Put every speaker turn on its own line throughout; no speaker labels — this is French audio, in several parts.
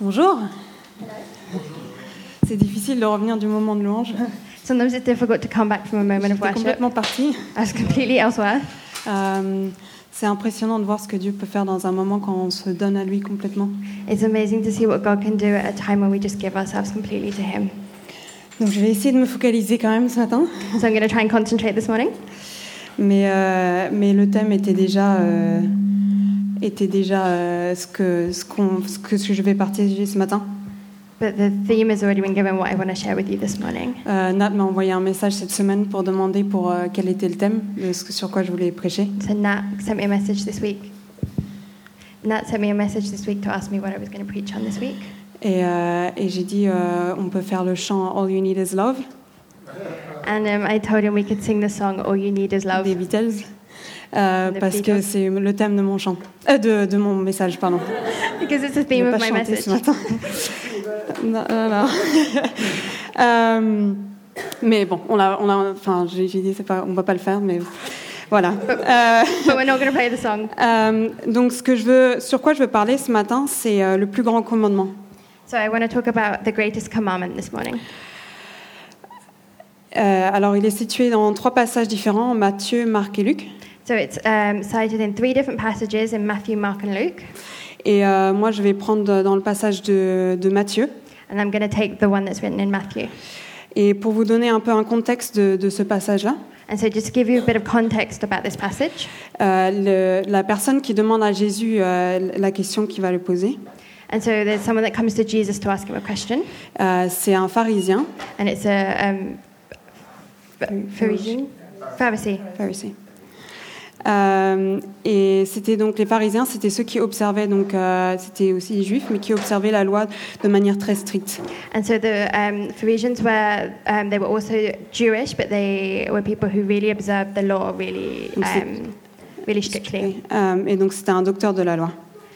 Bonjour. C'est difficile de revenir du moment de louange.
Sometimes it's difficult to come back from a moment of
J'étais
worship.
complètement partie.
I was completely elsewhere.
Euh, c'est impressionnant de voir ce que Dieu peut faire dans un moment quand on se donne à lui complètement.
It's amazing to see what God can do at a time when we just give ourselves completely to Him.
Donc je vais essayer de me focaliser quand même ce matin.
So I'm going to try and concentrate this morning.
Mais, euh, mais le thème était déjà, euh, était déjà euh, ce, que, ce, qu'on, ce que je vais partager ce matin.
But the theme has already been given what I want to share with you this morning.
Euh, Nat m'a envoyé un message cette semaine pour demander pour euh, quel était le thème, de ce que- sur quoi je voulais prêcher.
So Nat sent me a message this week. Nat sent me a message this week to ask me what I was going to preach on this week.
Et, euh, et j'ai dit, euh, on peut faire le chant All You Need Is Love
And um, I told him we could sing the song All You Need Is Love.
des Beatles, euh,
Des
parce que
Beatles.
c'est le thème de mon chant, Euh, de, de mon message, pardon.
Because it's the
Je
theme
vais
of
pas
my
chanter ce
message.
matin. Non, non, non. Euh, mais bon, on l'a, on l'a- enfin, j'ai j'ai dit, c'est pas, on va pas le faire, mais voilà. Euh,
But we're not going to play the song.
euh, donc, ce que je veux, sur quoi je veux parler ce matin, c'est euh, le plus grand commandement.
So I want to talk about the greatest commandment this morning.
Euh, alors, il est situé dans trois passages différents Matthieu, Marc et Luc.
So it's um, cited in three different passages in Matthew, Mark, and Luke.
Et euh, moi, je vais prendre dans le passage de, de Matthieu.
And I'm going to take the one that's written in Matthew.
Et pour vous donner un peu un contexte de, de ce passage-là,
And so, just to give you a bit of context about this passage,
euh, le- la personne qui demande à Jésus euh, la question qu'il va le poser,
and so there's someone that comes to Jesus to ask him a question,
euh, c'est un pharisien.
and it's a um, Pharisee. Pharisee.
Pharisee. Euh, et c'était donc les pharisiens, c'était ceux qui observaient, donc euh, c'était aussi les juifs, mais qui observaient la loi de manière très stricte.
And so the um, Phariseans were um, they were also Jewish, but they were people who really observed the law really,
And so-
um, really strictly.
Euh, et donc c'était un docteur de la loi.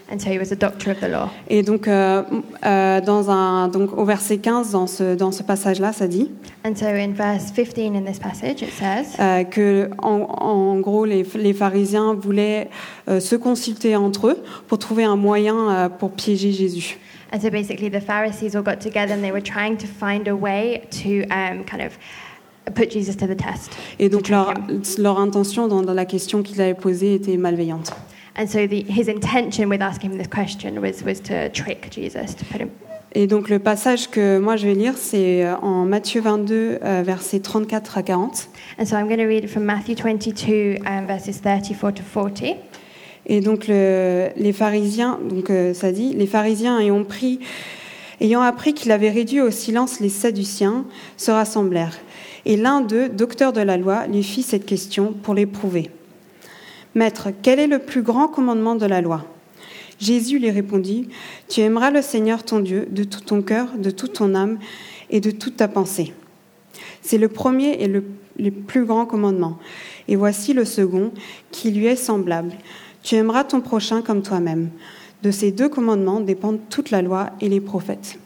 And so he was a doctor of the law.
Et donc, euh, euh, dans un, donc au verset 15, dans ce, dans ce passage-là, ça dit
And so in verse 15 in this passage, it says.
euh, que, en, en gros, les, les pharisiens voulaient euh, se consulter entre eux pour trouver un moyen euh, pour piéger Jésus.
And so basically, the Pharisees all got together and they were trying to find a way to um, kind of put Jesus to the test.
Et
to
donc,
trick
leur,
him.
leur intention dans, dans la question qu'ils avaient posée était malveillante.
And so the, his intention with asking him this question was, was to trick Jesus, to put him.
Et donc, le passage que moi je vais lire, c'est euh, en Matthieu 22, euh, versets 34 à 40.
And so I'm going to read from Matthew 22, um, verses 34 to 40.
Et donc le- les pharisiens, donc euh, ça dit, les pharisiens ayant pris, ayant appris qu'il avait réduit au silence les Sadduciens, se rassemblèrent. Et l'un d'eux, docteur de la loi, lui fit cette question pour l'éprouver. Maître, quel est le plus grand commandement de la loi Jésus lui répondit, Tu aimeras le Seigneur ton Dieu de tout ton cœur, de toute ton âme et de toute ta pensée. C'est le premier et le, le plus grand commandement. Et voici le second qui lui est semblable. Tu aimeras ton prochain comme toi-même. De ces deux commandements dépendent toute la loi et les prophètes.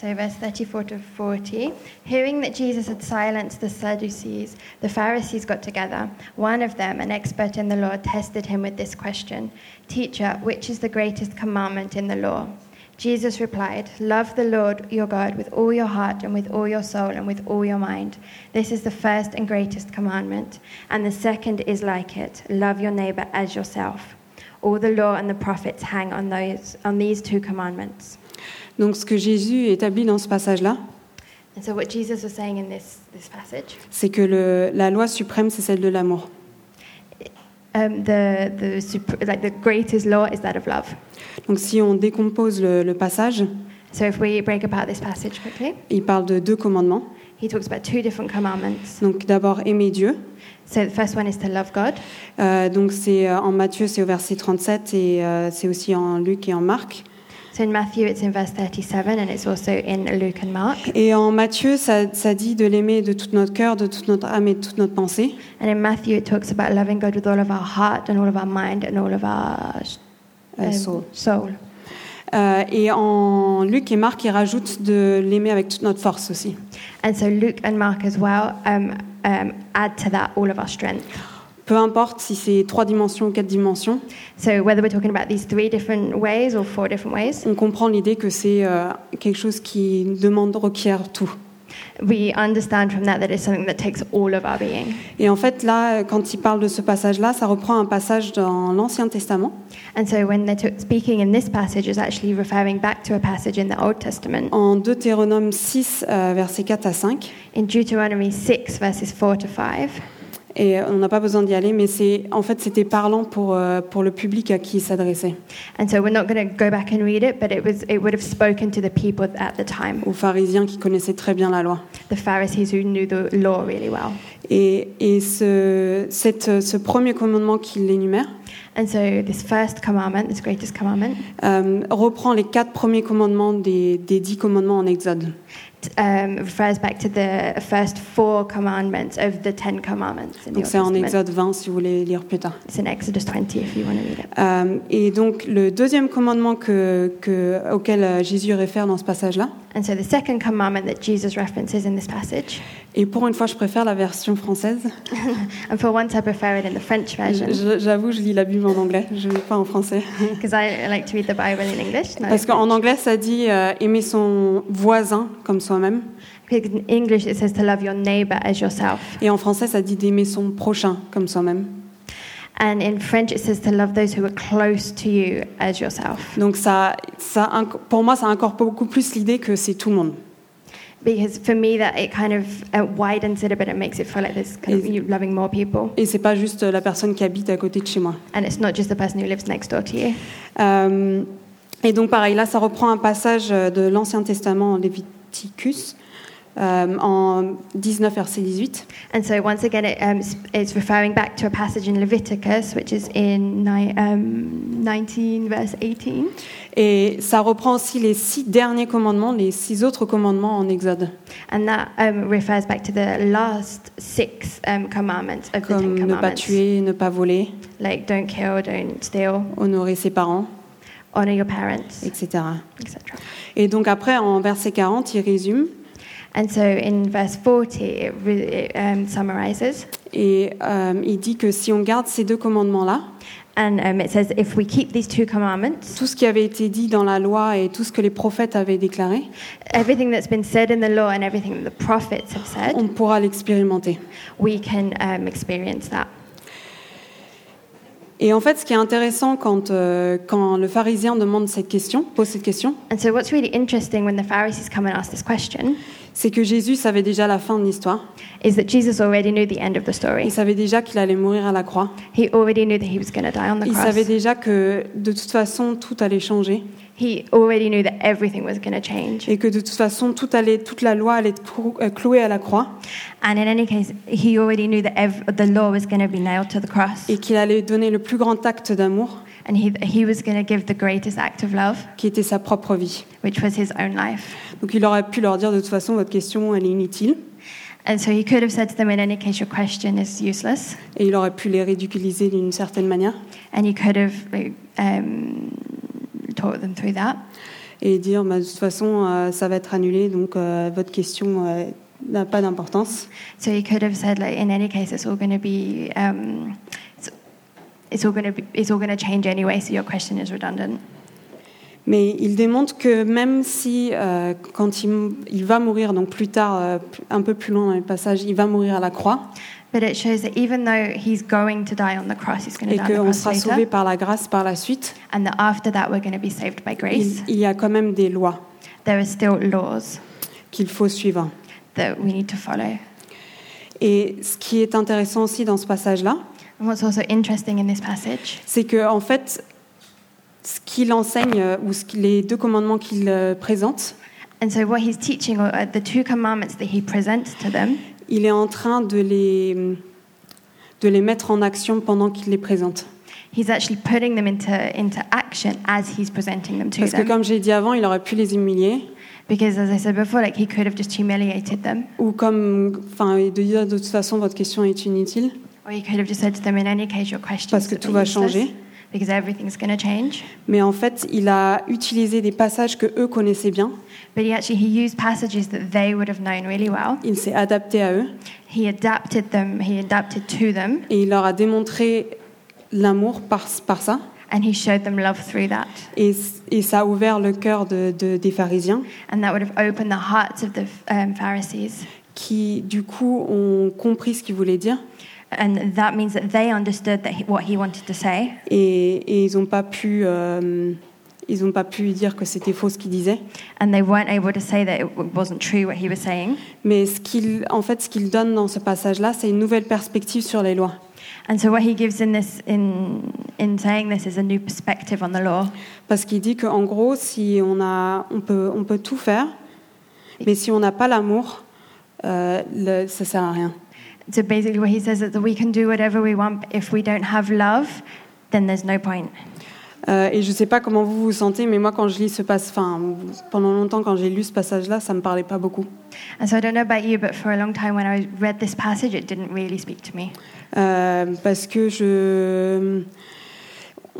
So, verse 34 to 40. Hearing that Jesus had silenced the Sadducees, the Pharisees got together. One of them, an expert in the law, tested him with this question Teacher, which is the greatest commandment in the law? Jesus replied, Love the Lord your God with all your heart and with all your soul and with all your mind. This is the first and greatest commandment. And the second is like it love your neighbor as yourself. All the law and the prophets hang on, those, on these two commandments.
Donc ce que Jésus établit dans ce passage-là,
And so, what Jesus was saying in this, this passage,
c'est que le- la loi suprême, c'est celle de l'amour.
um, the, the, sup- like the greatest law is that of love.
Donc si on décompose le, le passage,
So, if we break apart this passage quickly,
il parle de deux commandements.
he talks about two different commandments.
Donc d'abord aimer Dieu.
So, the first one is to love God.
Euh, donc c'est euh, en Matthieu, c'est au verset 37 et euh, c'est aussi en Luc et en Marc.
So, in Matthew, it's in verse 37, and it's also in Luke and Mark.
Et en Matthieu, ça, ça dit de l'aimer de tout notre cœur, de toute notre âme et de toute notre pensée.
And in Matthew, it talks about loving God with all of our heart and all of our mind and all of our Ah um,
Euh, soul.
soul.
Euh, et en Luc et Marc, ils rajoutent de l'aimer avec toute notre force aussi.
And so, Luke and Mark as well um, um, add to that all of our strength.
peu importe si c'est trois dimensions ou quatre dimensions,
So, whether we're talking about these three different ways or four different ways,
on comprend l'idée que c'est euh, quelque chose qui demande, requiert tout.
we understand from that that it's something that takes all of our being.
Et en fait, là, quand il parle de ce passage-là, ça reprend un passage dans l'Ancien Testament,
And so, when they're t- speaking in this passage, is actually referring back to a passage in the Old Testament
en Deutéronome 6, euh, versets 4 à 5.
in Deuteronomy 6, verses 4 to 5.
Et on n'a pas besoin d'y aller, mais c'est en fait c'était parlant pour, euh, pour le public à qui il s'adressait,
And so, we're not going to go back and read it, but it, was, it would have spoken to the people at the time,
aux pharisiens qui connaissaient très bien la loi.
the Pharisees who knew the law really well.
Et, et ce, cette- ce premier commandement qu'il énumère
And so, this first commandment, this greatest commandment,
euh, reprend les quatre premiers commandements des, des dix commandements en Exode.
t- um, refers back to the first four commandments of the Ten Commandments in the
Donc
Old
c'est en
Testament.
Exode 20 si vous voulez lire plus tard.
It's in Exodus 20 if you want to read it.
Euh, et donc le deuxième commandement que- que- auquel euh, Jésus réfère dans ce passage-là,
And so the second commandment that Jesus references in this passage,
et pour une fois je préfère la version française,
and for once I prefer it in the French version
Je- j'avoue je lis la Bible en anglais, je ne lis pas en français.
because I like to read the Bible in English. not
Mm-hmm. Parce
in
qu'en
French.
anglais, ça dit euh, aimer son voisin comme soi-même.
Because in English it says to love your neighbor as yourself,
Et en français, ça dit d'aimer son prochain comme soi-même.
and in French it says to love those who are close to you as yourself.
Donc ça, ça, inc- pour moi, ça incorpore beaucoup plus l'idée que c'est tout le monde.
Because for me that it kind of uh, widens it a bit. It makes it feel like this kind of
Is-
you loving more people,
Et c'est pas juste la personne qui habite à côté de chez moi.
and it's not just the person who lives next door to you.
Euh, et donc pareil, là, ça reprend un passage euh, de l'Ancien Testament en Léviticus, euh, en 19 verset 18.
And so once again, it, um, s- it's referring back to a passage in Leviticus, which is in ni- um, 19, verse 18.
Et ça reprend aussi les six derniers commandements, les six autres commandements en Exode.
And that um, refers back to the last six um, commandments of the
Comme
Ten
ne pas
Commandments.
tuer, ne pas voler,
Like, don't kill, don't steal,
honorer ses parents,
honor your parents,
etc.
etc.
Et donc après, en verset 40, il résume
And so in verse 40, it, re- it um, summarizes.
et euh, il dit que si on garde ces deux commandements-là,
And um, it says, if we keep these two commandments,
tout ce qui avait été dit dans la loi et tout ce que les prophètes avaient déclaré,
everything that's been said in the law and everything that the prophets have
on
said,
pourra l'expérimenter.
we can um, experience that.
Et en fait, ce qui est intéressant quand, euh, quand le pharisien demande cette question, pose cette question,
And so, what's really interesting when the Pharisees come and ask this question
c'est que Jésus savait déjà la fin de l'histoire.
is that Jesus already knew the end of the story.
Il savait déjà qu'il allait mourir à la croix.
He already knew that he was going to die on the
Il savait
cross.
déjà que de toute façon, tout allait changer
He already knew that everything was going to change.
et que de toute façon, tout allait, toute la loi allait être clou- euh, clouée à la croix.
And in any case, he already knew that ev- the law was going to be nailed to the cross.
et qu'il allait donner le plus grand acte d'amour,
And he, he was going to give the greatest act of love,
qui était sa propre vie.
which was his own life.
Donc il aurait pu leur dire de toute façon votre question elle est inutile,
And so he could have said to them, in any case, your question is useless.
et il aurait pu les ridiculiser d'une certaine manière
And he could have like, um, taught them through that.
et dire Bah, de toute façon euh, ça va être annulé donc euh, votre question euh, n'a pas d'importance.
So he could have said, like, in any case, it's all going to be, um, it's, it's all going to be, it's all going to change anyway. So your question is redundant.
Mais il démontre que même si euh, quand il, m- il va mourir donc plus tard euh, p- un peu plus loin dans le passage il va mourir à la croix
But it shows that even though he's going to die on the cross, he's going to
et
die on
qu'on
the cross
sera
later,
sauvé par la grâce par la suite,
and that after that we're going to be saved by grace.
il, il y a quand même des lois
There are still laws
qu'il faut suivre.
that we need to follow.
Et ce qui est intéressant aussi dans ce passage-là,
And what's also interesting in this passage
c'est que en fait, ce qu'il enseigne euh, ou ce qu'il- les deux commandements qu'il euh, présente,
And so, what he's teaching, or uh, the two commandments that he presents to them,
il est en train de les de les mettre en action pendant qu'il les présente.
he's actually putting them into, into action as he's presenting them to
Parce que
them.
comme j'ai dit avant, il aurait pu les humilier
Because, as I said before, like he could have just humiliated them,
ou comme enfin et de dire de toute façon votre question est inutile
or he could have just said to them, in any case, your question
parce que tout va changer.
because everything's going to change.
Mais en fait, il a utilisé des passages que eux connaissaient bien.
But he actually he used passages that they would have known really well.
Il s'est adapté à eux
He adapted them. He adapted to them,
et il leur a démontré l'amour par, par ça.
and he showed them love through that.
Et, et ça a ouvert le cœur de- de- des pharisiens
And that would have opened the hearts of the um, Pharisees.
qui, du coup, ont compris ce qu'il voulait dire
And that means that they understood that he, what he wanted to say,
et, et ils n'ont pas, pu, euh, ils ont pas pu dire que c'était faux ce qu'il disait.
and they weren't able to say that it w- wasn't true what he was saying.
Mais ce qu'il, en fait, ce qu'il donne dans ce passage-là, c'est une nouvelle perspective sur les lois.
And so what he gives in this, in in saying this, is a new perspective on the law.
Parce qu'il dit qu'en gros, si on, a, on, peut, on peut tout faire, mais si on n'a pas l'amour, euh, le- ça sert à rien.
So basically, what he says is that we can do whatever we want, but if we don't have love, then there's no point.
Euh, et je ne sais pas comment vous vous sentez, mais moi, quand je lis ce passage, enfin, pendant longtemps, quand j'ai lu ce passage-là, ça ne me parlait pas beaucoup.
And so I don't know about you, but for a long time when I read this passage, it didn't really speak to me.
Euh, parce que je.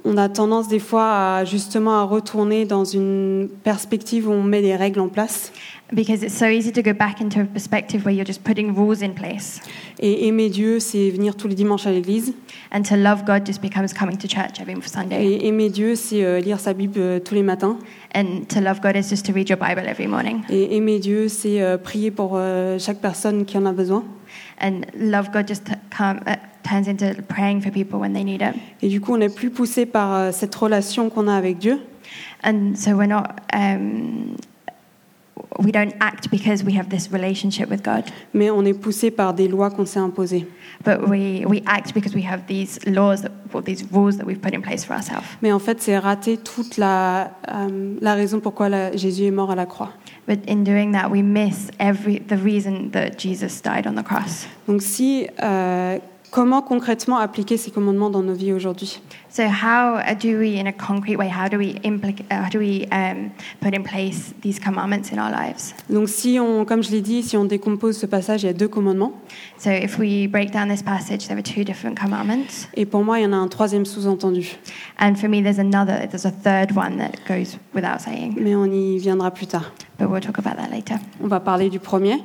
On a tendance des fois à justement à retourner dans une perspective où on met des règles en place
Because it's so easy to go back into a perspective where you're just putting rules in place.
et aimer Dieu c'est venir tous les dimanches à l'église
And to love God just becomes coming to church every Sunday.
et aimer Dieu c'est euh, lire sa Bible euh, tous les matins
And to love God is just to read your Bible every morning.
et aimer Dieu c'est euh, prier pour euh, chaque personne qui en a besoin
And love God just t- come, uh, turns into praying for people when they need it.
et du coup on est plus poussé par euh, cette relation qu'on a avec Dieu
And so we're not, um, we don't act because we have this relationship with God,
mais on est poussé par des lois qu'on s'est imposées
but we, we act because we have these laws, that, or these rules that we've put in place for ourselves.
mais en fait c'est rater toute la, euh, la raison pourquoi la- Jésus est mort à la croix
But in doing that, we miss every the reason that Jesus died on the cross.
Donc si, euh, comment concrètement appliquer ces commandements dans nos vies aujourd'hui
So how uh, do we, in a concrete way, how do we implic- uh, how do we um, put in place these commandments in our lives?
Donc si on, comme je l'ai dit, si on décompose ce passage, il y a deux commandements.
So if we break down this passage, there are two different commandments,
Et pour moi, il y en a un troisième sous-entendu,
and for me, there's another, there's a third one that goes without saying,
mais on y viendra plus tard.
but we'll talk about that later.
On va parler du premier.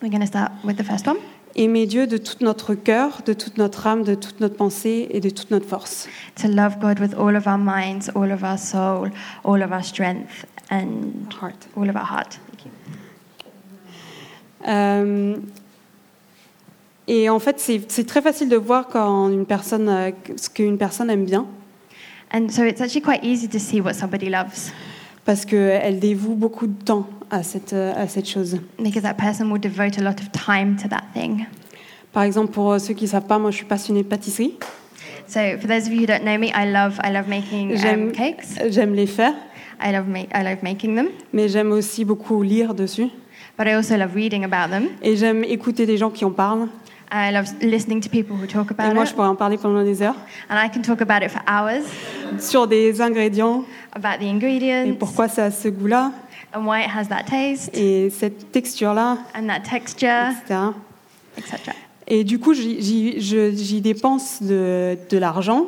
We're going to start with the first one.
Aimer Dieu de tout notre cœur, de toute notre âme, de toute notre pensée et de toute notre force.
To love God with all of our minds, all of our soul, all of our strength, and
Heart.
all of our heart.
Euh, et en fait, c'est c'est très facile de voir quand une personne, euh, ce qu'une personne aime bien,
And so it's actually quite easy to see what somebody loves
parce qu'elle dévoue beaucoup de temps à cette, euh, à cette chose.
because that person will devote a lot of time to that thing.
Par exemple, pour euh, ceux qui ne savent pas, moi je suis passionnée de pâtisserie.
So for those of you who don't know me, I love I love making um,
J'aime
cakes.
j'aime les faire,
I love ma- I love making them,
mais j'aime aussi beaucoup lire dessus.
but I also love reading about them.
Et j'aime écouter des gens qui en parlent.
I love listening to people who talk
Et
about
moi,
it,
je pourrais en parler pendant des heures.
and I can talk about it for hours
Sur des ingrédients
about the
et
ingredients
pourquoi ça a ce goût-là
and why it has that taste
et cette texture-là,
and that texture,
etc.
etc.
Et du coup, j'y- j'y je- j'y dépense de, de l'argent,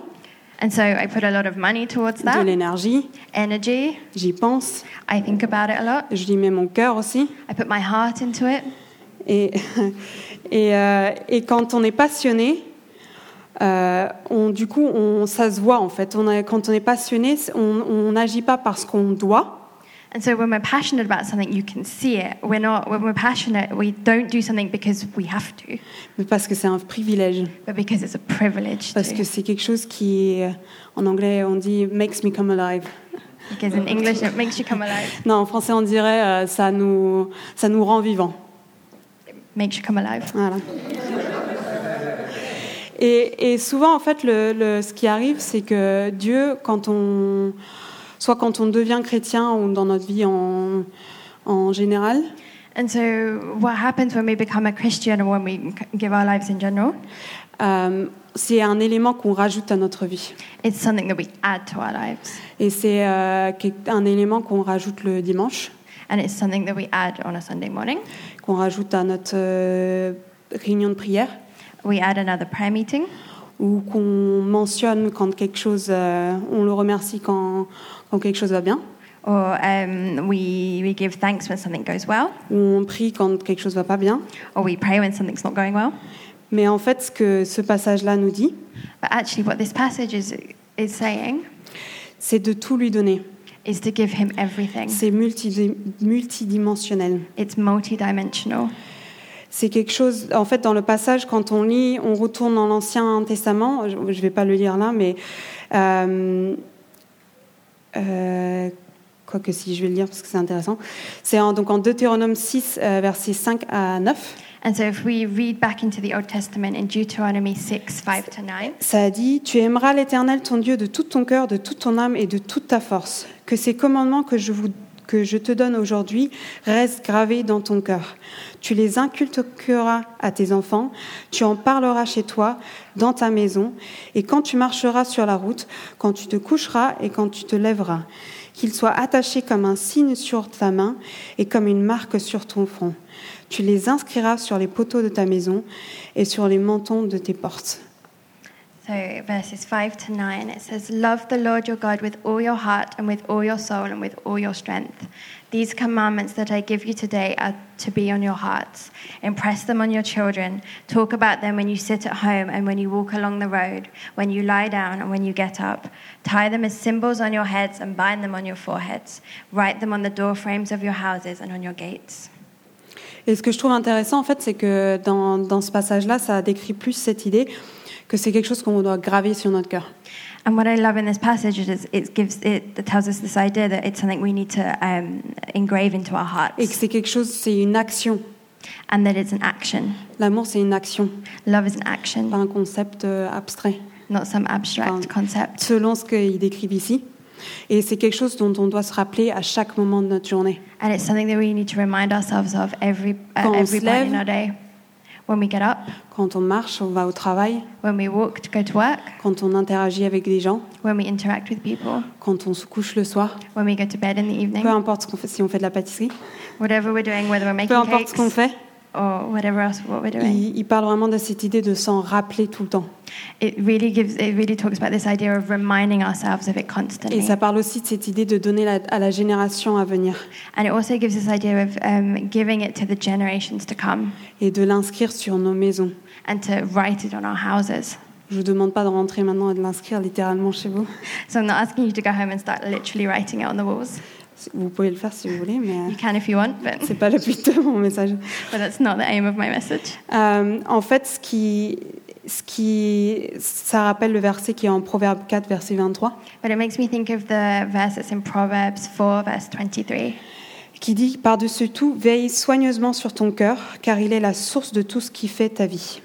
And so I put a lot of money towards
de
that
l'énergie,
energy.
j'y pense,
I think about it a lot.
je y mets mon cœur aussi.
I put my heart into it.
Et, et, euh, et quand on est passionné, euh, on, du coup, on, ça se voit en fait. On a- quand on est passionné, c'est- on on n'agit pas parce qu'on doit,
And so when we're passionate about something, you can see it. We're not, when we're passionate, we don't do something because we have to,
mais parce que c'est un privilège.
but because it's a privilege
Parce que
to.
c'est quelque chose qui, euh, en anglais, on dit makes me come alive.
Because in English, it makes you come alive.
Non, en français, on dirait euh, ça, nous, ça nous rend vivants.
Makes you come alive.
Voilà. Et, et souvent, en fait, le, le- ce qui arrive, c'est que Dieu, quand on, soit quand on devient chrétien ou dans notre vie en, en général,
And so what happens when we become a Christian or when we c- give our lives in general,
euh, c'est un élément qu'on rajoute à notre vie.
it's something that we add to our lives.
Et c'est euh, quelque- un élément qu'on rajoute le dimanche,
And it's something that we add on a Sunday morning.
qu'on rajoute à notre euh, réunion de prière.
We add another prayer meeting.
ou qu'on mentionne quand quelque chose, euh, on le remercie quand, quand quelque chose va bien,
or um, we, we give thanks when something goes well,
ou on prie quand quelque chose va pas bien.
or we pray when something's not going well.
Mais en fait, ce que ce passage-là nous dit,
But actually, what this passage is, is saying
c'est de tout lui donner.
is to give him everything.
C'est multi- multidimensionnel.
It's multidimensional.
C'est quelque chose, en fait, dans le passage, quand on lit, on retourne dans l'Ancien Testament, je ne vais pas le lire là, mais. euh, euh, Quoique si, je vais le lire parce que c'est intéressant. C'est en, donc en Deutéronome 6, euh, versets 5 à 9.
And so, if we read back into the Old Testament in Deuteronomy 6 5 to 9,
Ça a dit Tu aimeras l'Éternel ton Dieu de tout ton cœur, de toute ton âme et de toute ta force. Que ces commandements que je, vous- que je te donne aujourd'hui restent gravés dans ton cœur. Tu les inculqueras à tes enfants, tu en parleras chez toi, dans ta maison, et quand tu marcheras sur la route, quand tu te coucheras et quand tu te lèveras. Qu'ils soient attachés comme un signe sur ta main et comme une marque sur ton front. Tu les inscriras sur les poteaux de ta maison et sur les mentons de tes portes.
So, verses 5 to 9, it says, Love the Lord your God with all your heart and with all your soul and with all your strength. These commandments that I give you today are to be on your hearts. Impress them on your children. Talk about them when you sit at home and when you walk along the road, when you lie down and when you get up. Tie them as symbols on your heads and bind them on your foreheads. Write them on the door frames of your houses and on your gates.
Et ce que je trouve intéressant, en fait, c'est que dans, dans ce passage-là, ça décrit plus cette idée que c'est quelque chose qu'on doit graver sur notre cœur.
And what I love in this passage is it gives it, it tells us this idea that it's something we need to um, engrave into our
Et que
hearts,
c'est quelque chose, c'est une action.
and that it's an action.
L'amour, c'est une action,
Love is an
pas
action,
un concept euh, abstrait,
not some
Um,
abstract concept.
selon ce qu'ils décrivent ici. Et c'est quelque chose dont on doit se rappeler à chaque moment de notre journée.
And it's something that we need to remind ourselves of every uh,
Quand on se
every point in
lève.
our day. When we get up,
Quand on marche, on va au travail,
when we walk to go to work,
quand on interagit avec des gens,
when we interact with people,
quand on se couche le soir,
when we go to bed in the evening,
peu importe ce qu'on fait, si on fait de la pâtisserie,
whatever we're doing, whether we're
peu
making
importe ce
cakes
qu'on fait,
or whatever else what we're doing,
il, il parle vraiment de cette idée de s'en rappeler tout le temps.
it really gives it really talks about this idea of reminding ourselves of it constantly.
Et ça parle aussi de cette idée de donner la- à la génération à venir
And it also gives this idea of um, giving it to the generations to come
et de l'inscrire sur nos maisons.
and to write it on our houses.
Je vous demande pas de rentrer maintenant et de l'inscrire littéralement chez vous.
So I'm not asking you to go home and start literally writing it on the walls.
Vous pouvez le faire si vous voulez, mais
You
euh,
can if you want, but,
c'est pas le but de mon message.
but that's not the aim of my message.
Euh, en fait, ce qui, ce qui, ça rappelle le verset qui est en Proverbe 4, verset 23,
But it makes me think of the verse that's in Proverbs 4, verse 23.
qui dit par-dessus tout, veille soigneusement sur ton cœur, car il est la source de tout ce qui fait ta vie.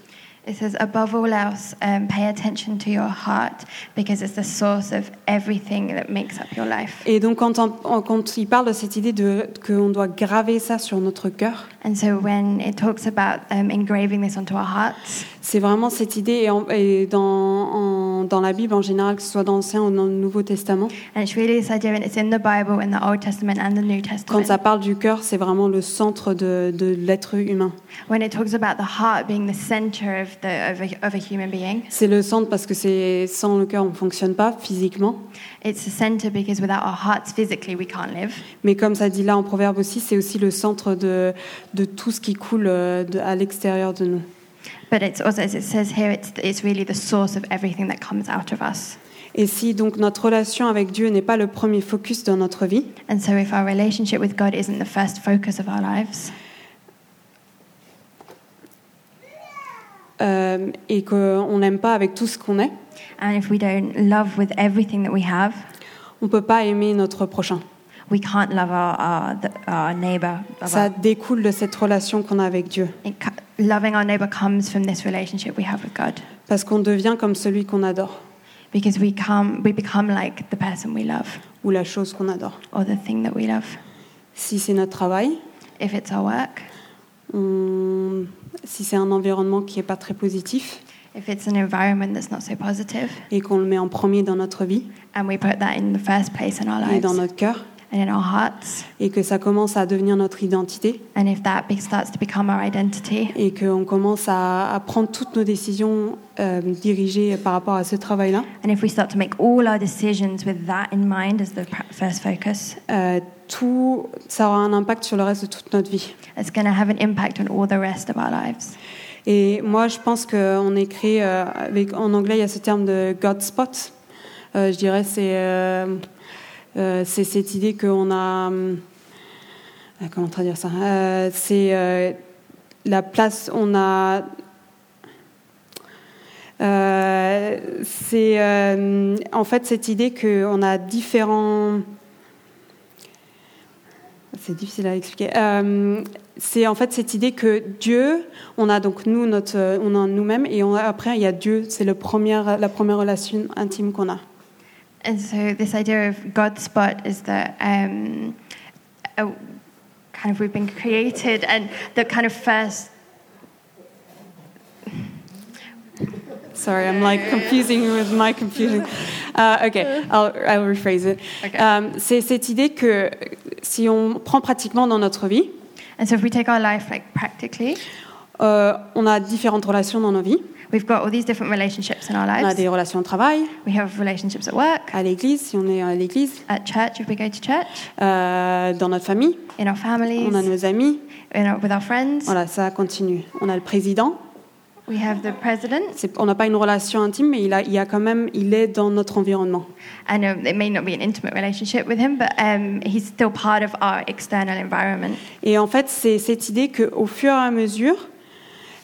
It says, Above all else, um, pay attention to your heart because it's the source of everything that makes up your life.
Et donc, quand, on- quand il parle de cette idée de qu'on doit graver ça sur notre cœur,
And so when it talks about um, engraving this onto our hearts,
C'est vraiment cette idée, et, en- et dans, en- dans la Bible en général, que ce soit dans l'Ancien ou dans le Nouveau Testament,
and it's really this idea, and it's in the Bible, in the Old Testament and the New
quand
Testament.
ça parle du cœur, c'est vraiment le centre de, de l'être humain.
When it talks about the heart being the center of, the, of, a, of a human being,
C'est le centre parce que c'est sans le cœur, on ne fonctionne pas physiquement.
it's the center because without our hearts physically, we can't live.
Mais comme ça dit là en Proverbe aussi, c'est aussi le centre de, de tout ce qui coule euh, de- à l'extérieur de nous.
But it's also, as it says here, it's, it's really the source of everything that comes out of us.
Et si donc notre relation avec Dieu n'est pas le premier focus dans notre vie,
And so, if our relationship with God isn't the first focus of our lives,
euh, et qu'on n'aime pas avec tout ce qu'on est,
and if we don't love with everything that we have,
on ne peut pas aimer notre prochain.
we can't love our, our, the, our neighbor. of
Ça
our-
découle de cette relation qu'on a avec Dieu.
it co- loving our neighbor comes from this relationship we have with God
Parce qu'on devient comme celui qu'on adore,
because we, come, we become like the person we love
ou la chose qu'on adore.
or the thing that we love.
Si c'est notre travail,
If it's our work,
on- si c'est un environnement qui n'est pas très positif,
if it's an environment that's not so positive,
et qu'on le met en premier dans notre vie
and we put that in the first place in our
et dans
lives
notre cœur,
and and in our hearts.
et que ça commence à devenir notre identité
And if that be- starts to become our identity,
et qu'on commence à, à prendre toutes nos décisions euh, dirigées par rapport à ce travail-là,
and if we start to make all our decisions with that in mind as the pr- first focus,
euh, tout, ça aura un impact sur le reste de toute notre vie.
it's going to have an impact on all the rest of our lives.
Et moi, je pense qu'on est créé, euh, avec, en anglais, il y a ce terme de God Spot. Euh, je dirais, c'est euh, euh, c'est cette idée qu'on a. hum, euh, comment traduire ça Euh, C'est euh, la place, on a. Euh, c'est euh, en fait cette idée qu'on a différents. C'est difficile à expliquer. Euh, c'est en fait cette idée que Dieu, on a donc nous, notre, euh, on a nous-mêmes, et on a- après il y a Dieu, c'est le premier, la première relation intime qu'on a.
And so this idea of God spot is that um, uh, kind of we've been created, and the kind of first
Sorry, I'm like confusing you with my confusion. Uh, okay, I'll, I'll rephrase it.
Okay.
Um, c'est cette idée que si on prend pratiquement dans notre vie,
And so if we take our life like practically,
euh, on a différentes relations dans nos vies.
we've got all these different relationships in our
On a
lives.
des relations au travail,
We have relationships at work,
à l'église, si on est à l'église,
at church if we go to church,
euh, dans notre famille,
in our families,
on a nos amis.
in our, with our friends.
Voilà, ça continue. On a le président.
We have the president,
C'est- on n'a pas une relation intime, mais il, a, il y a quand même, il est dans notre environnement.
and um, it may not be an intimate relationship with him, but um, he's still part of our external environment.
Et en fait, c'est cette idée qu'au fur et à mesure,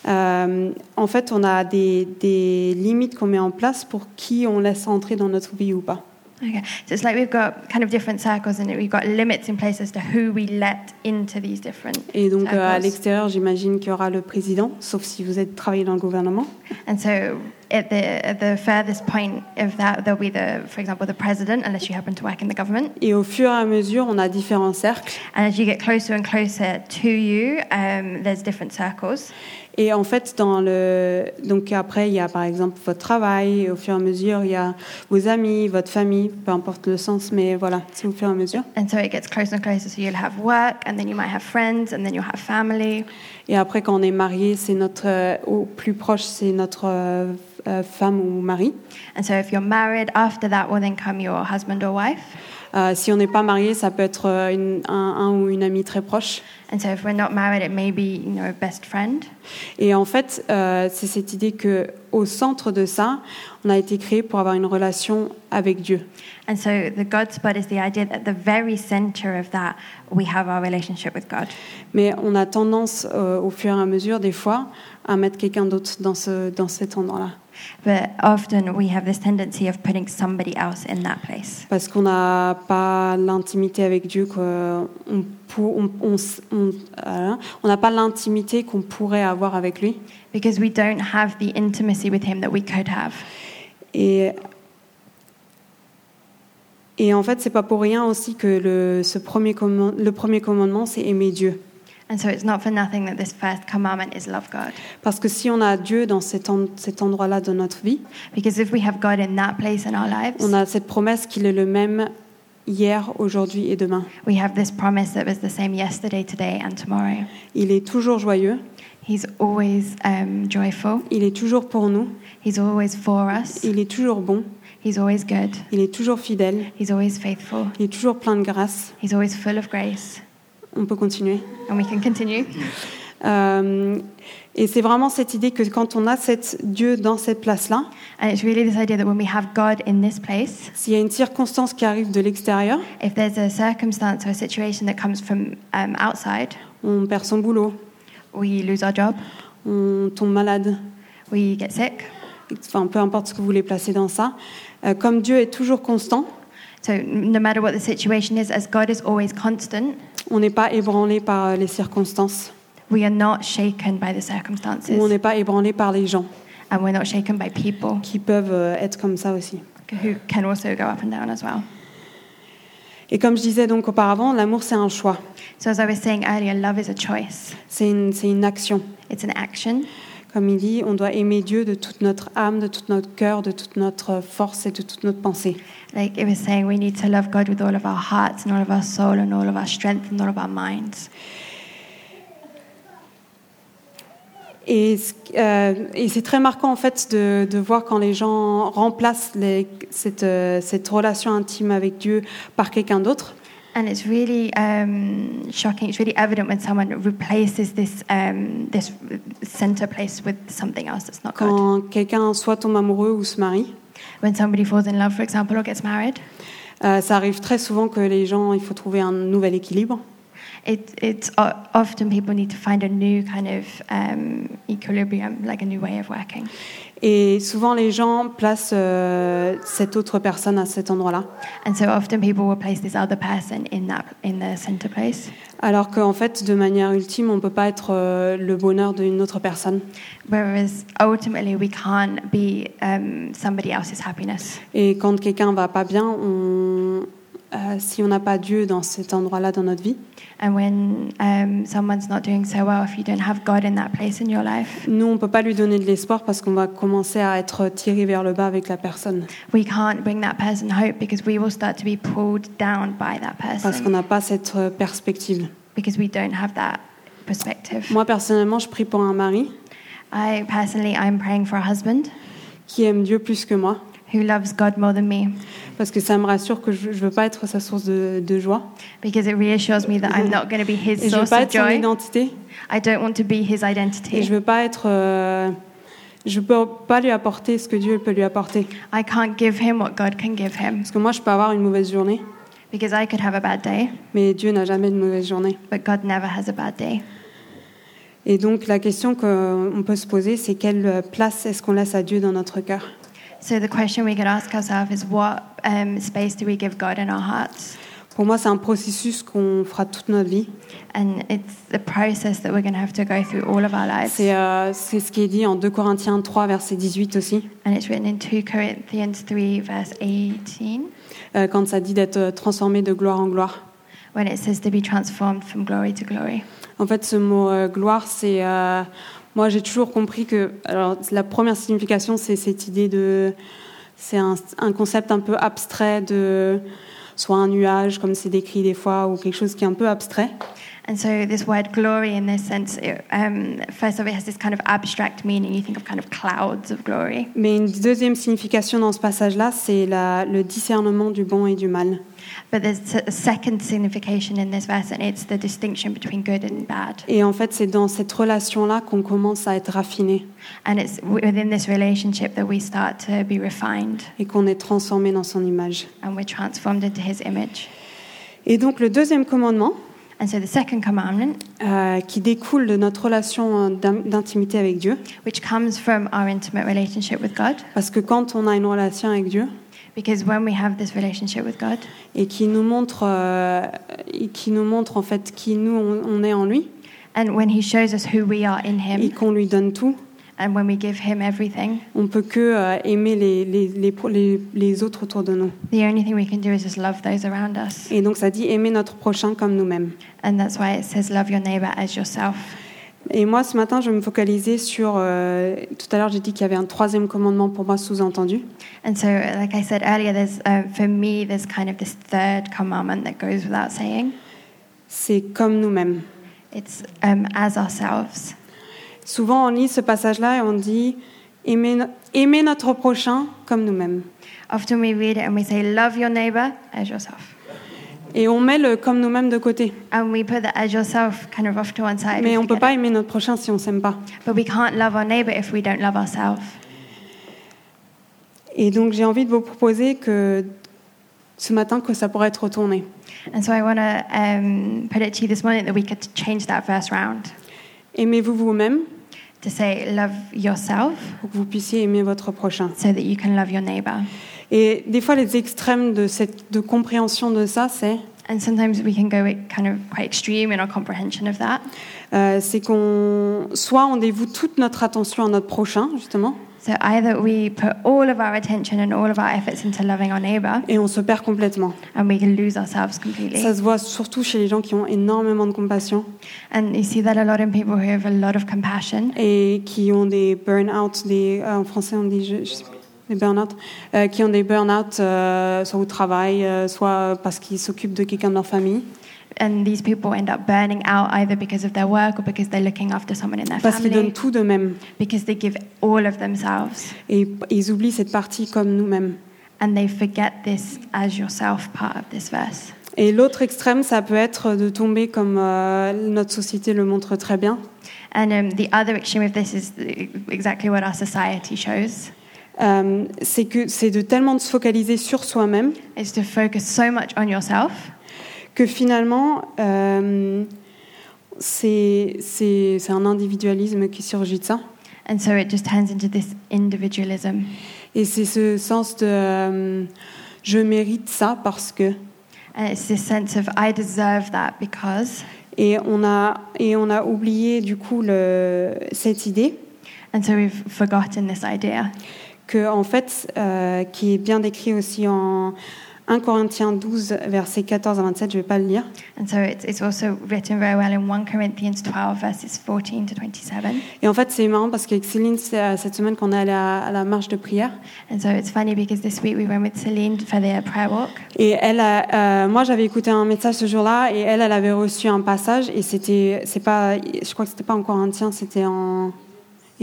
euh, en fait, on a des, des limites qu'on met en place pour qui on laisse entrer dans notre vie ou pas.
Okay, so it's like we've got kind of different circles, and we've got limits in place as to who we let into these different.
Et donc, euh, à
circles.
l'extérieur, j'imagine qu'il y aura le président, sauf si vous êtes travaillé dans le gouvernement.
And so at the at the furthest point of that, there'll be the, for example, the president, unless you happen to work in the government.
Et au fur et à mesure, on a différents cercles.
And as you get closer and closer to you, um, there's different circles.
Et en fait, dans le... donc après, il y a par exemple votre travail, et au fur et à mesure, il y a vos amis, votre famille, peu importe le sens, mais voilà, c'est au fur et à mesure.
And so it gets closer and closer. So you'll have work, and then you might have friends, and then you'll have family.
Et après, quand on est marié, c'est notre euh, au plus proche, c'est notre euh, euh, femme ou mari.
And so if you're married, after that will then come your husband or wife.
Euh, si on n'est pas marié, ça peut être euh, une- un, un ou une amie très proche.
And so if we're not married, it may be you know a best friend.
Et en fait, euh, c'est cette idée que au centre de ça, on a été créé pour avoir une relation avec Dieu.
And so the God spot is the idea that at the very center of that we have our relationship with God.
Mais on a tendance, euh, au fur et à mesure, des fois, à mettre quelqu'un d'autre dans ce dans cet endroit-là,
But often we have this tendency of putting somebody else in that place
parce qu'on n'a pas l'intimité avec Dieu qu'on pour- on- on s- on- euh, on n'a pas l'intimité qu'on pourrait avoir avec lui.
because we don't have the intimacy with Him that we could have.
Et, et en fait, c'est pas pour rien aussi que le, ce premier, comman- le premier commandement, c'est aimer Dieu.
And so it's not for nothing that this first commandment is love God.
Parce que si on a Dieu dans cet, en- cet endroit-là de notre vie,
Because if we have God in that place in our lives,
on a cette promesse qu'il est le même hier, aujourd'hui et demain.
we have this promise that was the same yesterday, today, and tomorrow.
Il est toujours joyeux,
He's always um, joyful,
il est toujours pour nous,
He's always for us,
il est toujours bon,
He's always good,
il est toujours fidèle,
He's always faithful,
il est toujours plein de grâce.
He's always full of grace.
On peut continuer.
And we can continue.
Euh, et c'est vraiment cette idée que quand on a cette Dieu dans cette place-là,
And it's really this idea that when we have God in this place,
s'il y a une circonstance qui arrive de l'extérieur,
if there's a circumstance or a situation that comes from um, outside,
On perd son boulot,
we lose our job,
on tombe malade,
we get sick.
enfin peu importe ce que vous voulez placer dans ça. Euh, comme Dieu est toujours constant,
So no matter what the situation is, as God is always constant,
on n'est pas ébranlé par euh, les circonstances,
we are not shaken by the
ou on
circumstances,
n'est pas ébranlé par les gens
and we're not shaken by people
qui peuvent euh, être comme ça aussi.
who can also go up and down as well.
Et comme je disais donc auparavant, l'amour c'est un choix,
So as I was saying earlier, love is a choice.
c'est une, c'est une action.
It's an action.
Comme il dit, on doit aimer Dieu de toute notre âme, de tout notre cœur, de toute notre force et de toute notre pensée.
Like it was saying, we need to love God with all of our hearts and all of our soul and all of our strength and all of our minds.
Et, ce- euh, et c'est très marquant en fait de, de voir quand les gens remplacent les- cette, euh, cette relation intime avec Dieu par quelqu'un d'autre.
And it's really um, shocking. It's really evident when someone replaces this um, this center place with something else that's not God.
Quand quelqu'un soit tombe amoureux ou se marie,
When somebody falls in love, for example, or gets married,
euh, ça arrive très souvent que les gens, il faut trouver un nouvel équilibre.
it, it's o- often people need to find a new kind of um, equilibrium, like a new way of working.
Et souvent les gens placent euh, cette autre personne à cet endroit-là.
And so often people will place this other person in that in the center place,
Alors qu'en fait, de manière ultime, on ne peut pas être euh, le bonheur d'une autre personne.
whereas ultimately we can't be um, somebody else's happiness.
Et quand quelqu'un va pas bien, on- euh, si on n'a pas Dieu dans cet endroit-là dans notre vie,
And when um, someone's not doing so well, if you don't have God in that place in your life,
nous, on ne peut pas lui donner de l'espoir parce qu'on va commencer à être tiré vers le bas avec la personne.
we can't bring that person hope because we will start to be pulled down by that
Parce qu'on
person
n'a pas cette euh, perspective.
because we don't have that perspective.
Moi, personnellement, je prie pour un mari
I personally, I'm praying for a husband
qui aime Dieu plus que moi
who loves God more than me
parce que ça me rassure que je ne veux pas être sa source de, de joie.
because it reassures me that I'm not going to be
Mm-hmm. Et
his
je ne veux
source
pas
of
être son
joy.
identité.
I don't want to be his
Et je
identity.
veux pas être. euh, je peux pas lui apporter ce que Dieu peut lui apporter.
I can't give him what God can give him
Parce que moi, je peux avoir une mauvaise journée,
because I could have a bad day,
mais Dieu n'a jamais de mauvaise journée.
but God never has a bad day.
Et donc, la question qu'on peut se poser, c'est quelle place est-ce qu'on laisse à Dieu dans notre cœur
So the question we could ask ourselves is what um, space do we give God in our hearts?
Pour moi, c'est un processus qu'on fera toute notre vie.
And it's the process that we're going to have to go through all of our lives.
C'est euh, c'est ce qui est dit en 2 Corinthiens 3, verset 18 aussi,
And it's written in 2 Corinthians 3, verse 18,
euh, quand ça dit d'être euh, transformé de gloire en gloire.
when it says to be transformed from glory to glory.
En fait, ce mot euh, gloire, c'est. euh, moi, j'ai toujours compris que. Alors, la première signification, c'est cette idée de. C'est un, un concept un peu abstrait de. Soit un nuage, comme c'est décrit des fois, ou quelque chose qui est un peu abstrait.
And so this word glory, in this sense, it, um, first of all, it has this kind of abstract meaning. You think of kind of clouds of glory.
Mais une deuxième signification dans ce passage-là, c'est la- le discernement du bon et du mal.
But there's a second signification in this verse, and it's the distinction between good and bad.
Et en fait, c'est dans cette relation-là qu'on commence à être raffiné
And it's within this relationship that we start to be refined
et qu'on est transformé dans son image.
and we're transformed into his image.
Et donc, le deuxième commandement,
And so the second commandment,
euh, qui découle de notre relation euh, d'in- d'intimité avec Dieu,
which comes from our intimate relationship with God,
Parce que quand on a une relation avec Dieu
because when we have this relationship with God,
et qui nous montre, euh, et qui nous montre en fait qui nous on, on est en lui
and when he shows us who we are in
et
him,
qu'on lui donne tout,
and when we give him everything,
on peut que euh, aimer les, les, les, pro- les- les autres autour de nous.
the only thing we can do is just love those around us.
Et donc ça dit aimer notre prochain comme nous-mêmes.
And that's why it says, love your neighbor as yourself.
Et moi ce matin je me focalisais sur euh, tout à l'heure j'ai dit qu'il y avait un troisième commandement pour moi sous-entendu
And so, like I said earlier, there's, uh, for me, there's kind of this third commandment that goes without saying.
c'est comme nous-mêmes.
It's um, as ourselves.
Souvent on lit ce passage-là et on dit aimer, no- aimer notre prochain comme nous-mêmes.
Often we read it and we say, Love your neighbor as yourself.
Et on met le comme nous-mêmes de côté.
And we put the as yourself kind of off to one side.
Mais
we
on ne peut
forget
pas aimer notre prochain si on ne s'aime pas.
it. But we can't love our neighbor if we don't love ourselves.
Et donc j'ai envie de vous proposer que ce matin que ça pourrait être retourné.
And so I want to um, put it to you this morning that we could change that first round
Aimez-vous vous-même
to say, Love yourself
pour que vous puissiez aimer votre prochain.
so that you can love your neighbor.
Et des fois les extrêmes de cette de compréhension de ça, c'est
And sometimes we can go kind of quite extreme in our comprehension of that.
euh, c'est qu'on soit on dévoue toute notre attention à notre prochain justement,
So either we put all of our attention and all of our efforts into loving our neighbor,
et on se perd complètement.
and we can lose ourselves completely.
Ça se voit surtout chez les gens qui ont énormément de compassion
and you see that a lot in people who have a lot of compassion,
et qui ont des burn-out, des, euh, en français on dit, je, je sais plus, des burn-out, euh, qui ont des burn-out euh, soit au travail, euh, soit parce qu'ils s'occupent de quelqu'un de leur famille,
and these people end up burning out either because of their work or because they're looking after someone in their
parce qu'ils donnent
family,
tout d'eux-mêmes
because they give all of themselves,
et p- ils oublient cette partie comme nous-mêmes.
and they forget this as yourself part of this verse.
Et l'autre extrême, ça peut être de tomber comme euh, notre société le montre très bien,
And um, the other extreme of this is exactly what our society shows.
euh, c'est que c'est de tellement de se focaliser sur soi-même
is to focus so much on yourself
que finalement, euh, c'est c'est- c'est un individualisme qui surgit de ça.
and so it just turns into this individualism
Et c'est ce sens de euh, je mérite ça parce que.
and it's this sense of i deserve that because
Et on a, et on a oublié du coup le, cette idée
and so we've forgotten this idea
que, en fait, euh, qui est bien décrit aussi en 1 Corinthiens 12, versets 14 à 27, je ne vais pas le lire,
and so it's, it's also written very well in 1 corinthians 12 verses 14 to 27
Et en fait, c'est marrant parce qu'avec Céline, c'est, euh, cette semaine qu'on est allé à, à la marche de prière.
and so it's funny because this week we went with celine for their prayer walk
Et elle, a- euh, moi, j'avais écouté un message ce jour-là, et elle, elle avait reçu un passage, et c'était, c'est pas, je crois que c'était pas en Corinthiens, c'était en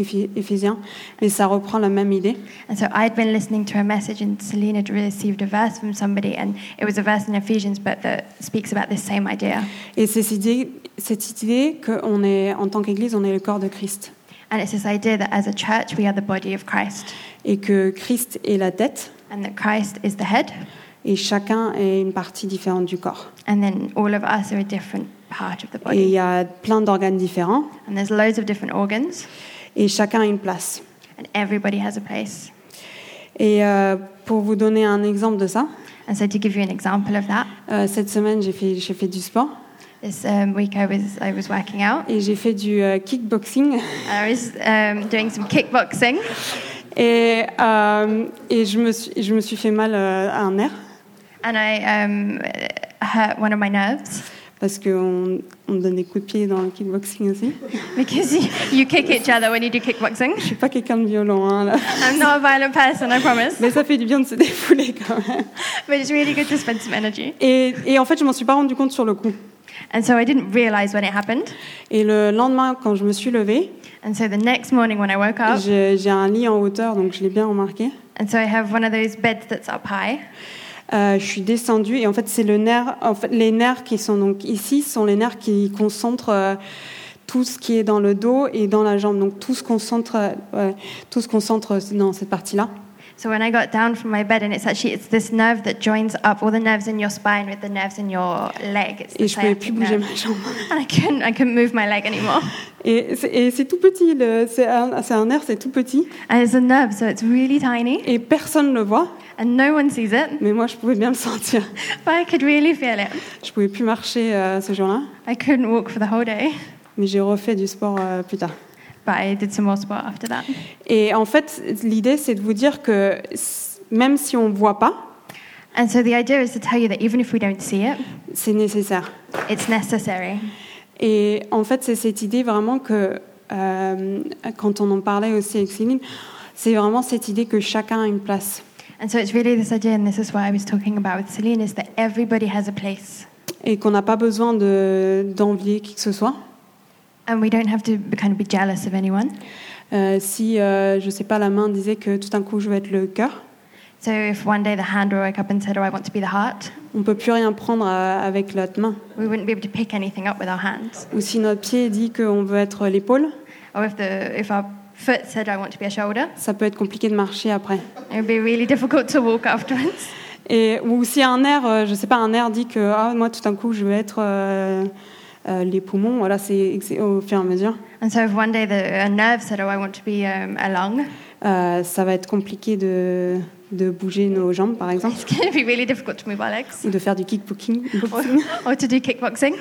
Éphi- Éphésiens, mais ça reprend la même idée.
and so i'd been listening to a message and celine had received a verse from somebody and it was a verse in ephesians but that speaks about this same idea
Et c'est cette idée, cette idée qu'on est, en tant qu'Église, on est le corps de Christ,
and it's this idea that as a church we are the body of christ
et que Christ est la tête,
and that Christ is the head,
et chacun est une partie différente du corps.
and then all of us are a different part of the
Et il
body.
y a plein d'organes différents,
And there's loads of different organs,
et chacun a une place.
and everybody has a place.
Et euh, pour vous donner un exemple de ça,
And so, to give you an example of that,
Euh, cette semaine, j'ai fait, j'ai fait du sport
this um, week I was I was working out.
et j'ai fait du euh, kickboxing.
I was um, doing some kickboxing,
Et, euh, et je, me suis, je me suis fait mal euh, à un nerf
and I um, hurt one of my nerves
parce qu'on on me donne des coups de pied dans le kickboxing aussi.
because you, you kick each other when you do kickboxing.
Je suis pas quelqu'un de violent, hein, là.
I'm not a violent person, I promise,
mais ça fait du bien de se défouler quand même.
but it's really good to spend some energy.
Et, et en fait, je m'en suis pas rendu compte sur le coup.
And so I didn't realize when it happened.
Et le lendemain, quand je me suis levée,
And so the next morning when I woke up,
j'ai j'ai un lit en hauteur, donc je l'ai bien remarqué.
And so I have one of those beds that's up high.
Euh, je suis descendue et en fait, c'est le nerf. En fait, les nerfs qui sont donc ici sont les nerfs qui concentrent euh, tout ce qui est dans le dos et dans la jambe. Donc tout se concentre, euh, ouais, tout se concentre dans cette partie-là.
So when I got down from my bed, and it's actually it's this nerve that joins up all the nerves in your spine with the nerves in your leg. It's the
Et je pouvais plus
sciatic
bouger
nerve.
ma jambe.
And I couldn't, I couldn't move my leg anymore.
Et c'est- et c'est tout petit. le- C'est un, c'est un nerf, c'est tout petit.
And it's a nerve, so it's really tiny,
Et personne le voit,
and no one sees it.
mais moi, je pouvais bien le sentir.
But I could really feel it.
Je pouvais plus marcher euh, ce jour-là,
I couldn't walk for the whole day,
mais j'ai refait du sport euh, plus tard.
but I did some more sport after that.
Et en fait, l'idée, c'est de vous dire que s- même si on voit pas,
And so the idea is to tell you that even if we don't see it,
c'est nécessaire.
it's necessary.
Et en fait, c'est cette idée vraiment que, euh, quand on en parlait aussi avec Céline, c'est vraiment cette idée que chacun a une place.
And so it's really this idea, and this is what I was talking about with Celine, is that everybody has a place.
Et qu'on n'a pas besoin de- d'envier qui que ce soit.
And we don't have to be- kind of be jealous of anyone.
Euh, si, euh, je ne sais pas, la main disait que tout d'un coup je vais être le cœur,
So if one day the hand woke up and said, Oh, I want to be the heart,
on ne peut plus rien prendre euh, avec notre main.
we wouldn't be able to pick anything up with our hands.
Ou si notre pied dit qu'on veut être l'épaule,
Or if, the, if our foot said, I want to be a shoulder,
ça peut être compliqué de marcher après.
it would be really difficult to walk afterwards.
Et, ou si un air, euh, je sais pas, un air dit que ah, moi tout d'un coup je vais être euh, euh, les poumons, voilà, c'est c'est au fur et à mesure.
And so if one day the, a nerve said, Oh, I want to be um, a lung,
Euh, ça va être compliqué de, de bouger nos jambes, par exemple,
it's going to be really difficult to move our legs
ou de faire du kickboxing.
or, or to do kickboxing.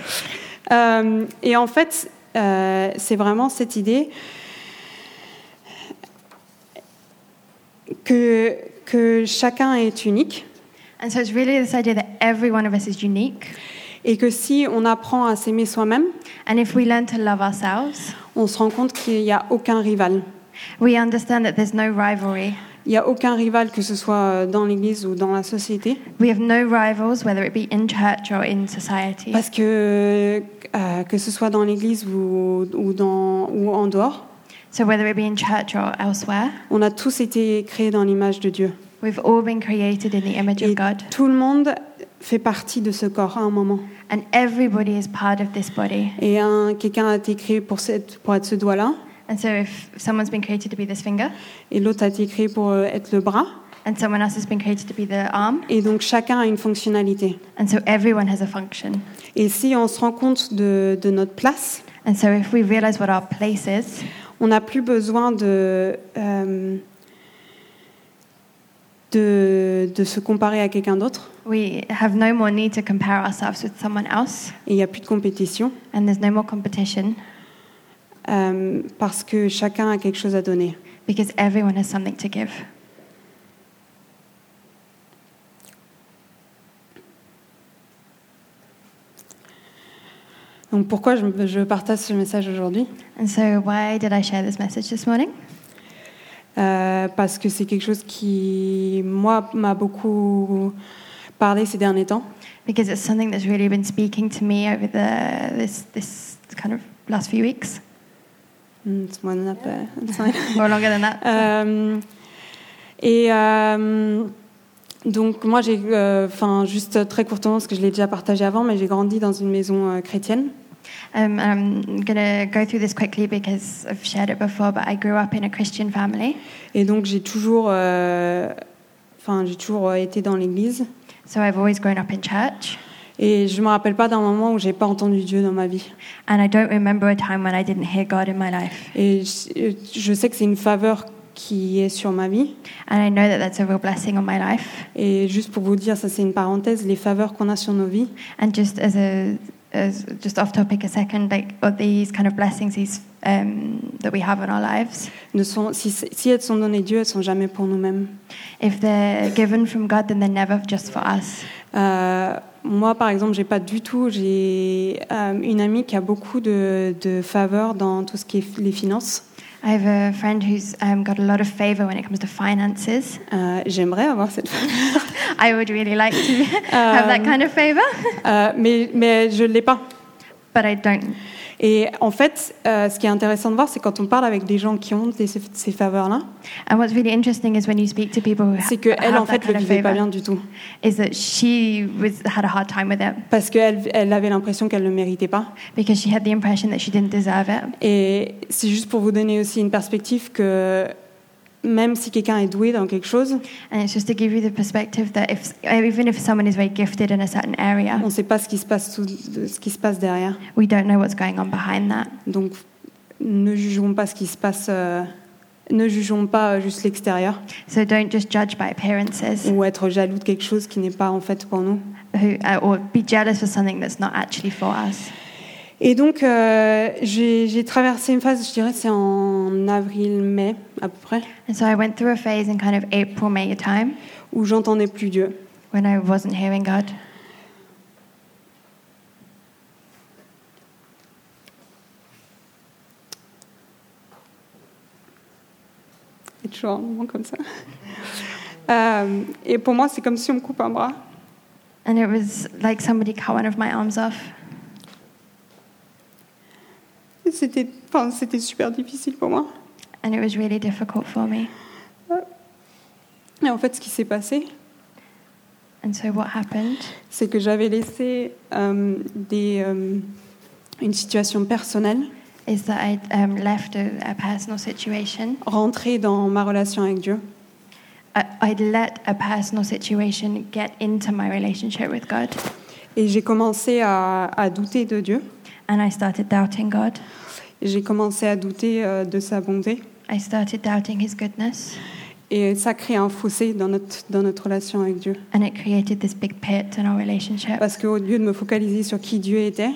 Euh, et en fait, euh, c'est vraiment cette idée. que, que chacun est unique
And so it's really this idea that every one of us is unique.
et que si on apprend à s'aimer soi-même,
And if we learn to love ourselves,
on se rend compte qu'il n'y a aucun rival.
we understand that there's no rivalry.
Il n'y a aucun rival, que ce soit dans l'Église ou dans la société,
We have no rivals, whether it be in church or in society.
parce que euh, que ce soit dans l'Église ou, ou dans, ou en dehors,
So whether it be in church or elsewhere,
on a tous été créés dans l'image de Dieu.
we've all been created in the image
Et
of God.
tout le monde fait partie de ce corps à un moment.
And everybody is part of this body.
Et un- quelqu'un a été créé pour, cette- pour être ce doigt-là,
And so if someone's been created to be this finger,
et l'autre a été créé pour euh, être le bras.
and someone else has been created to be the arm,
Et donc chacun a une fonctionnalité.
and so everyone has a function.
Et si on se rend compte de, de notre place,
And so if we realize what our place is,
on n'a plus besoin de, euh, de, de se comparer à quelqu'un d'autre.
we have no more need to compare ourselves with someone else,
Et il n'y a plus de compétition,
and there's no more competition
euh, parce que chacun a quelque chose à donner.
because everyone has something to give.
Donc pourquoi je, je partage ce message aujourd'hui
And so why did I share this message this morning?
Euh, Parce que c'est quelque chose qui, moi, m'a beaucoup parlé ces derniers temps.
Because it's something that's really been speaking to me over the this this kind of last few weeks
Hmm, it's more than that, but it's fine.
or longer than that.
Euh, et euh, donc moi j'ai, euh, enfin juste très courtement parce que je l'ai déjà partagé avant, mais j'ai grandi dans une maison euh, chrétienne.
Um, I'm gonna go through this quickly because I've shared it before, but I grew up in a Christian family,
Et donc j'ai toujours, euh, enfin j'ai toujours été dans l'église.
so I've always grown up in church,
Et je me rappelle pas d'un moment où j'ai pas entendu Dieu dans ma vie.
and I don't remember a time when I didn't hear God in my life.
Et je, je sais que c'est une faveur qui est sur ma vie.
And I know that that's a real blessing on my life.
Et juste pour vous dire, ça c'est une parenthèse, les faveurs qu'on a sur nos vies,
And just as a as just off topic a second, like all these kind of blessings these um, that we have in our lives,
ne sont, si, si elles sont données Dieu, elles sont jamais pour nous-mêmes.
if they're given from God, then they're never just for us.
Euh, moi, par exemple, j'ai pas du tout. J'ai euh, une amie qui a beaucoup de, de faveurs dans tout ce qui est f- les finances.
I have a friend who's um, got a lot of favor when it comes to finances.
Euh, J'aimerais avoir cette faveur,
I would really like to have that kind of favor,
Euh, mais, mais je l'ai pas.
but I don't.
Et en fait, euh, ce qui est intéressant de voir, c'est quand on parle avec des gens qui ont des- ces, ces faveurs-là,
And what's really interesting is when you speak to people who ha-
c'est que
have
elle, en
that
fait,
kind
le
of
vivait pas bien
favor,
du tout,
is that she was had a hard time with it
parce qu'elle elle avait l'impression qu'elle ne le méritait pas.
because she had the impression that she didn't deserve it.
Et c'est juste pour vous donner aussi une perspective que même si quelqu'un est doué dans quelque chose,
And it's just to give you the perspective that if even if someone is very gifted in a certain
on
area,
ne sait pas ce qui se passe, sous- ce qui se passe derrière.
we don't know what's going on behind that.
Donc, ne jugeons pas ce qui se passe, euh, ne jugeons pas euh, juste l'extérieur
So don't just judge by appearances
ou être jaloux de quelque chose qui n'est pas en fait pour nous.
who, uh, or be jealous for something that's not actually for us.
Et donc, euh, j'ai j'ai traversé une phase, je dirais, c'est en avril-mai à peu près,
And so I went through a phase in kind of April, May time
où j'entendais plus Dieu.
when I wasn't hearing God.
Et toujours un moment comme ça. Euh, et pour moi, c'est comme si on me coupe un bras.
And it was like somebody cut one of my arms off.
Et C'était enfin, c'était super difficile pour moi.
And it was really difficult for me.
Et en fait, ce qui s'est passé,
And so what happened
c'est que j'avais laissé euh, des, euh, une situation personnelle
is that I um, left a, a personal situation.
rentrer dans ma relation avec Dieu.
I, I'd let a personal situation get into my relationship with God.
Et j'ai commencé à, à douter de Dieu.
And I started doubting God.
J'ai commencé à douter euh, de sa bonté.
I started doubting His goodness.
Et ça crée un fossé dans notre, dans notre relation avec Dieu.
And it created this big pit in our relationship
Parce qu'au lieu de me focaliser sur qui Dieu était,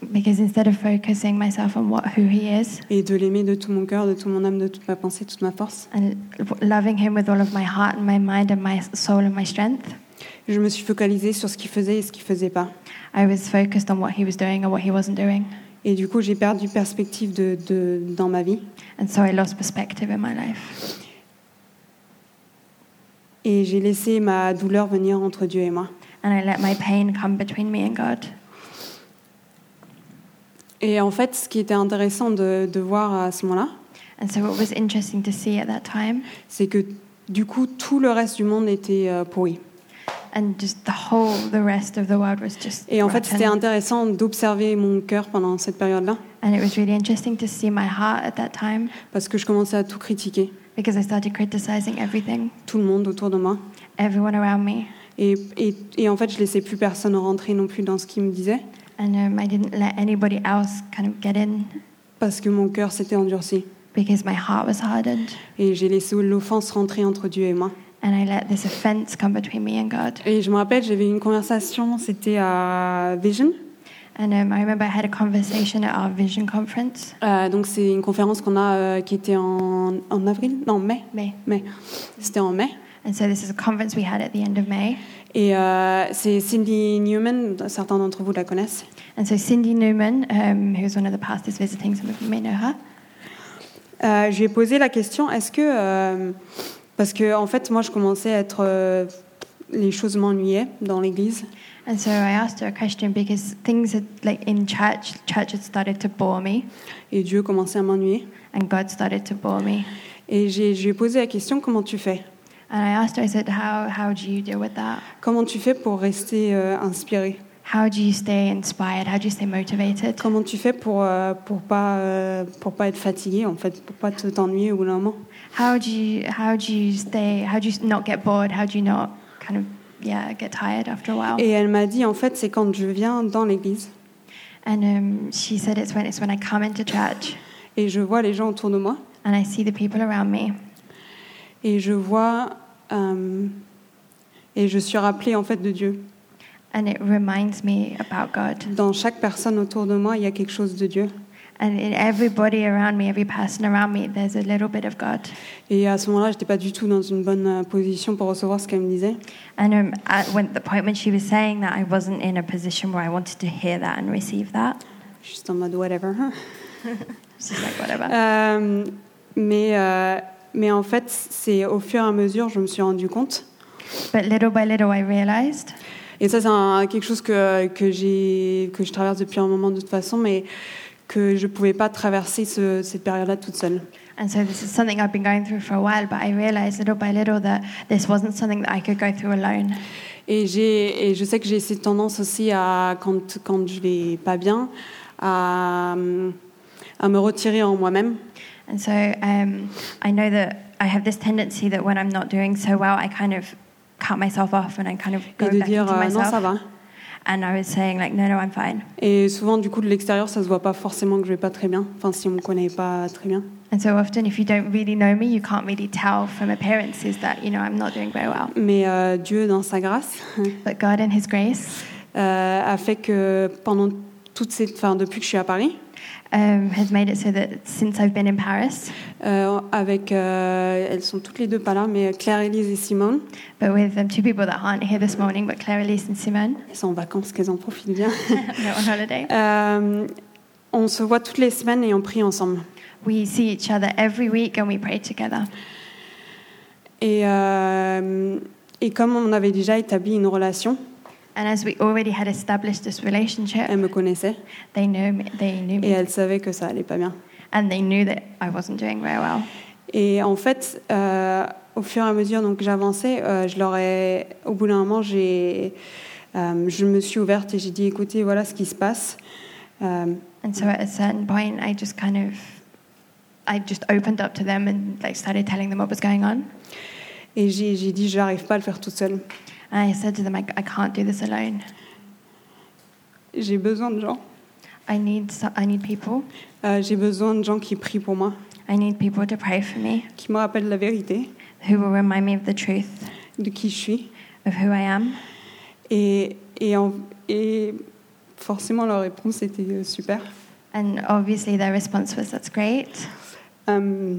because instead of focusing myself on what who he is
et de l'aimer de tout mon cœur, de toute mon âme, de toute ma pensée, de toute ma force.
and w- loving him with all of my heart and my mind and my soul and my strength,
Je me suis focalisée sur ce qu'il faisait et ce qu'il faisait pas.
I was focused on what he was doing and what he wasn't doing.
Et du coup, j'ai perdu perspective de, de- dans ma vie.
And so I lost perspective in my life.
Et j'ai laissé ma douleur venir entre Dieu et moi.
And I let my pain come between me and God.
Et en fait, ce qui était intéressant de, de voir à ce moment-là,
And so what was interesting to see at that time,
c'est que du coup, tout le reste du monde était euh, pourri.
and just the whole, the rest of the world was just.
Et en fait, c'était
rotten.
intéressant d'observer mon cœur pendant cette période-là,
And it was really interesting to see my heart at that time
parce que je commençais à tout critiquer,
because I started criticizing everything,
tout le monde autour de moi.
everyone around me.
Et, et- et en fait, je laissais plus personne rentrer non plus dans ce qu'il me disait,
And um, I didn't let anybody else kind of get in
parce que mon cœur s'était endurci.
because my heart was hardened.
Et j'ai laissé l'offense rentrer entre Dieu et moi.
And I let this offense come between me and God.
Et je me rappelle, j'avais une conversation, c'était à Vision.
And um, I remember I had a conversation at our vision conference,
Euh, donc c'est une conférence qu'on a euh, qui était en, en avril, non mai,
May.
mai. C'était en mai.
And so this is a conference we had at the end of May.
Et euh, c'est Cindy Newman, certains d'entre vous la connaissent.
And so Cindy Newman, um, who's one of the pastors visiting, some of you may know her.
Euh, je lui ai posé la question, est-ce que... euh, parce que en fait, moi, je commençais à être... euh, les choses m'ennuyaient dans l'église.
And so I asked her a question because things had, like in church, church had started to bore me,
Et Dieu commençait à m'ennuyer.
and God started to bore me.
Et j'ai- je lui ai posé la question, comment tu fais
And I asked her, I said, how, how do you deal with that?
Comment tu fais pour rester euh, inspiré
How do you stay inspired? How do you stay motivated?
Comment tu fais pour euh, pour pas euh, pour pas être fatigué en fait, pour pas te t'ennuyer au bout d'un moment
How do you how do you stay? How do you not get bored? How do you not kind of yeah get tired after a while?
Et elle m'a dit en fait c'est quand je viens dans l'église
And um, she said it's when it's when I come into church
et je vois les gens autour de moi
and I see the people around me
et je vois euh, et je suis rappelée en fait de Dieu.
and it reminds me about God.
Dans chaque personne autour de moi il y a quelque chose de Dieu.
And in everybody around me, every person around me, there's a little bit of God.
Et à ce moment-là j'étais pas du tout dans une bonne euh, position pour recevoir ce qu'elle me disait.
And um, at when the point when she was saying that, I wasn't in a position where I wanted to hear that and receive that.
Juste en mode whatever. hein.
She's like whatever.
Euh, mais euh, mais en fait c'est au fur et à mesure je me suis rendu compte
But little by little, I realized
Et ça, c'est un- quelque chose que, que, j'ai, que je traverse depuis un moment de toute façon, mais que je ne pouvais pas traverser ce- cette période-là toute seule.
And so this is something I've been going through for a while, but I realized little by little that this wasn't something that I could go through alone.
Et, j'ai, et je sais que j'ai cette tendance aussi, à, quand, quand je vais pas bien, à, à me retirer en moi-même.
And so um, I know that I have this tendency that when I'm not doing so well, I kind of cut myself off and I kind of go
Et de
back
dire
into
euh, non,
myself.
ça va.
And I was saying like, no, no, I'm fine.
Et souvent, du coup, de l'extérieur, ça se voit pas forcément que je vais pas très bien. Enfin, si on me connaît pas très bien.
And so often, if you don't really know me, you can't really tell from appearances that you know I'm not doing very well.
Mais euh, Dieu, dans sa grâce,
But God, in His grace,
euh, a fait que pendant toute cette, enfin, depuis que je suis à Paris,
um, has made it so that since I've been in Paris,
Euh, avec, euh, elles sont toutes les deux pas là, mais Claire Elise et Simone,
but with um, two people that aren't here this morning, but Clara Elise and Simone,
elles sont en vacances, qu'elles en profitent bien.
they're on holiday.
Euh, on se voit toutes les semaines et on prie ensemble.
We see each other every week and we pray together.
Et, euh, et comme on avait déjà établi une relation,
And as we already had established this relationship,
elle me connaissait
they knew me, they knew
et
me,
elle savait que ça allait pas bien.
and they knew that I wasn't doing very well.
Et en fait, euh, au fur et à mesure donc que j'avançais, euh, je leur ai, au bout d'un moment, j'ai, euh, je me suis ouverte et j'ai dit écoutez, voilà ce qui se passe. Euh,
And so at a certain point, I just kind of, I just opened up to them and like started telling them what was going on.
et j'ai, j'ai dit j'arrive pas à le faire toute seule.
And I said to them, I, I can't do this alone.
J'ai besoin de gens.
I need, so- I need people.
Euh, j'ai besoin de gens qui prient pour moi,
I need people to pray for me,
qui me rappellent la vérité
who will remind me of the truth
de qui je suis.
of who I am.
Et, et, en- et forcément, leur réponse était euh, super.
And obviously, their response was, That's great.
Euh,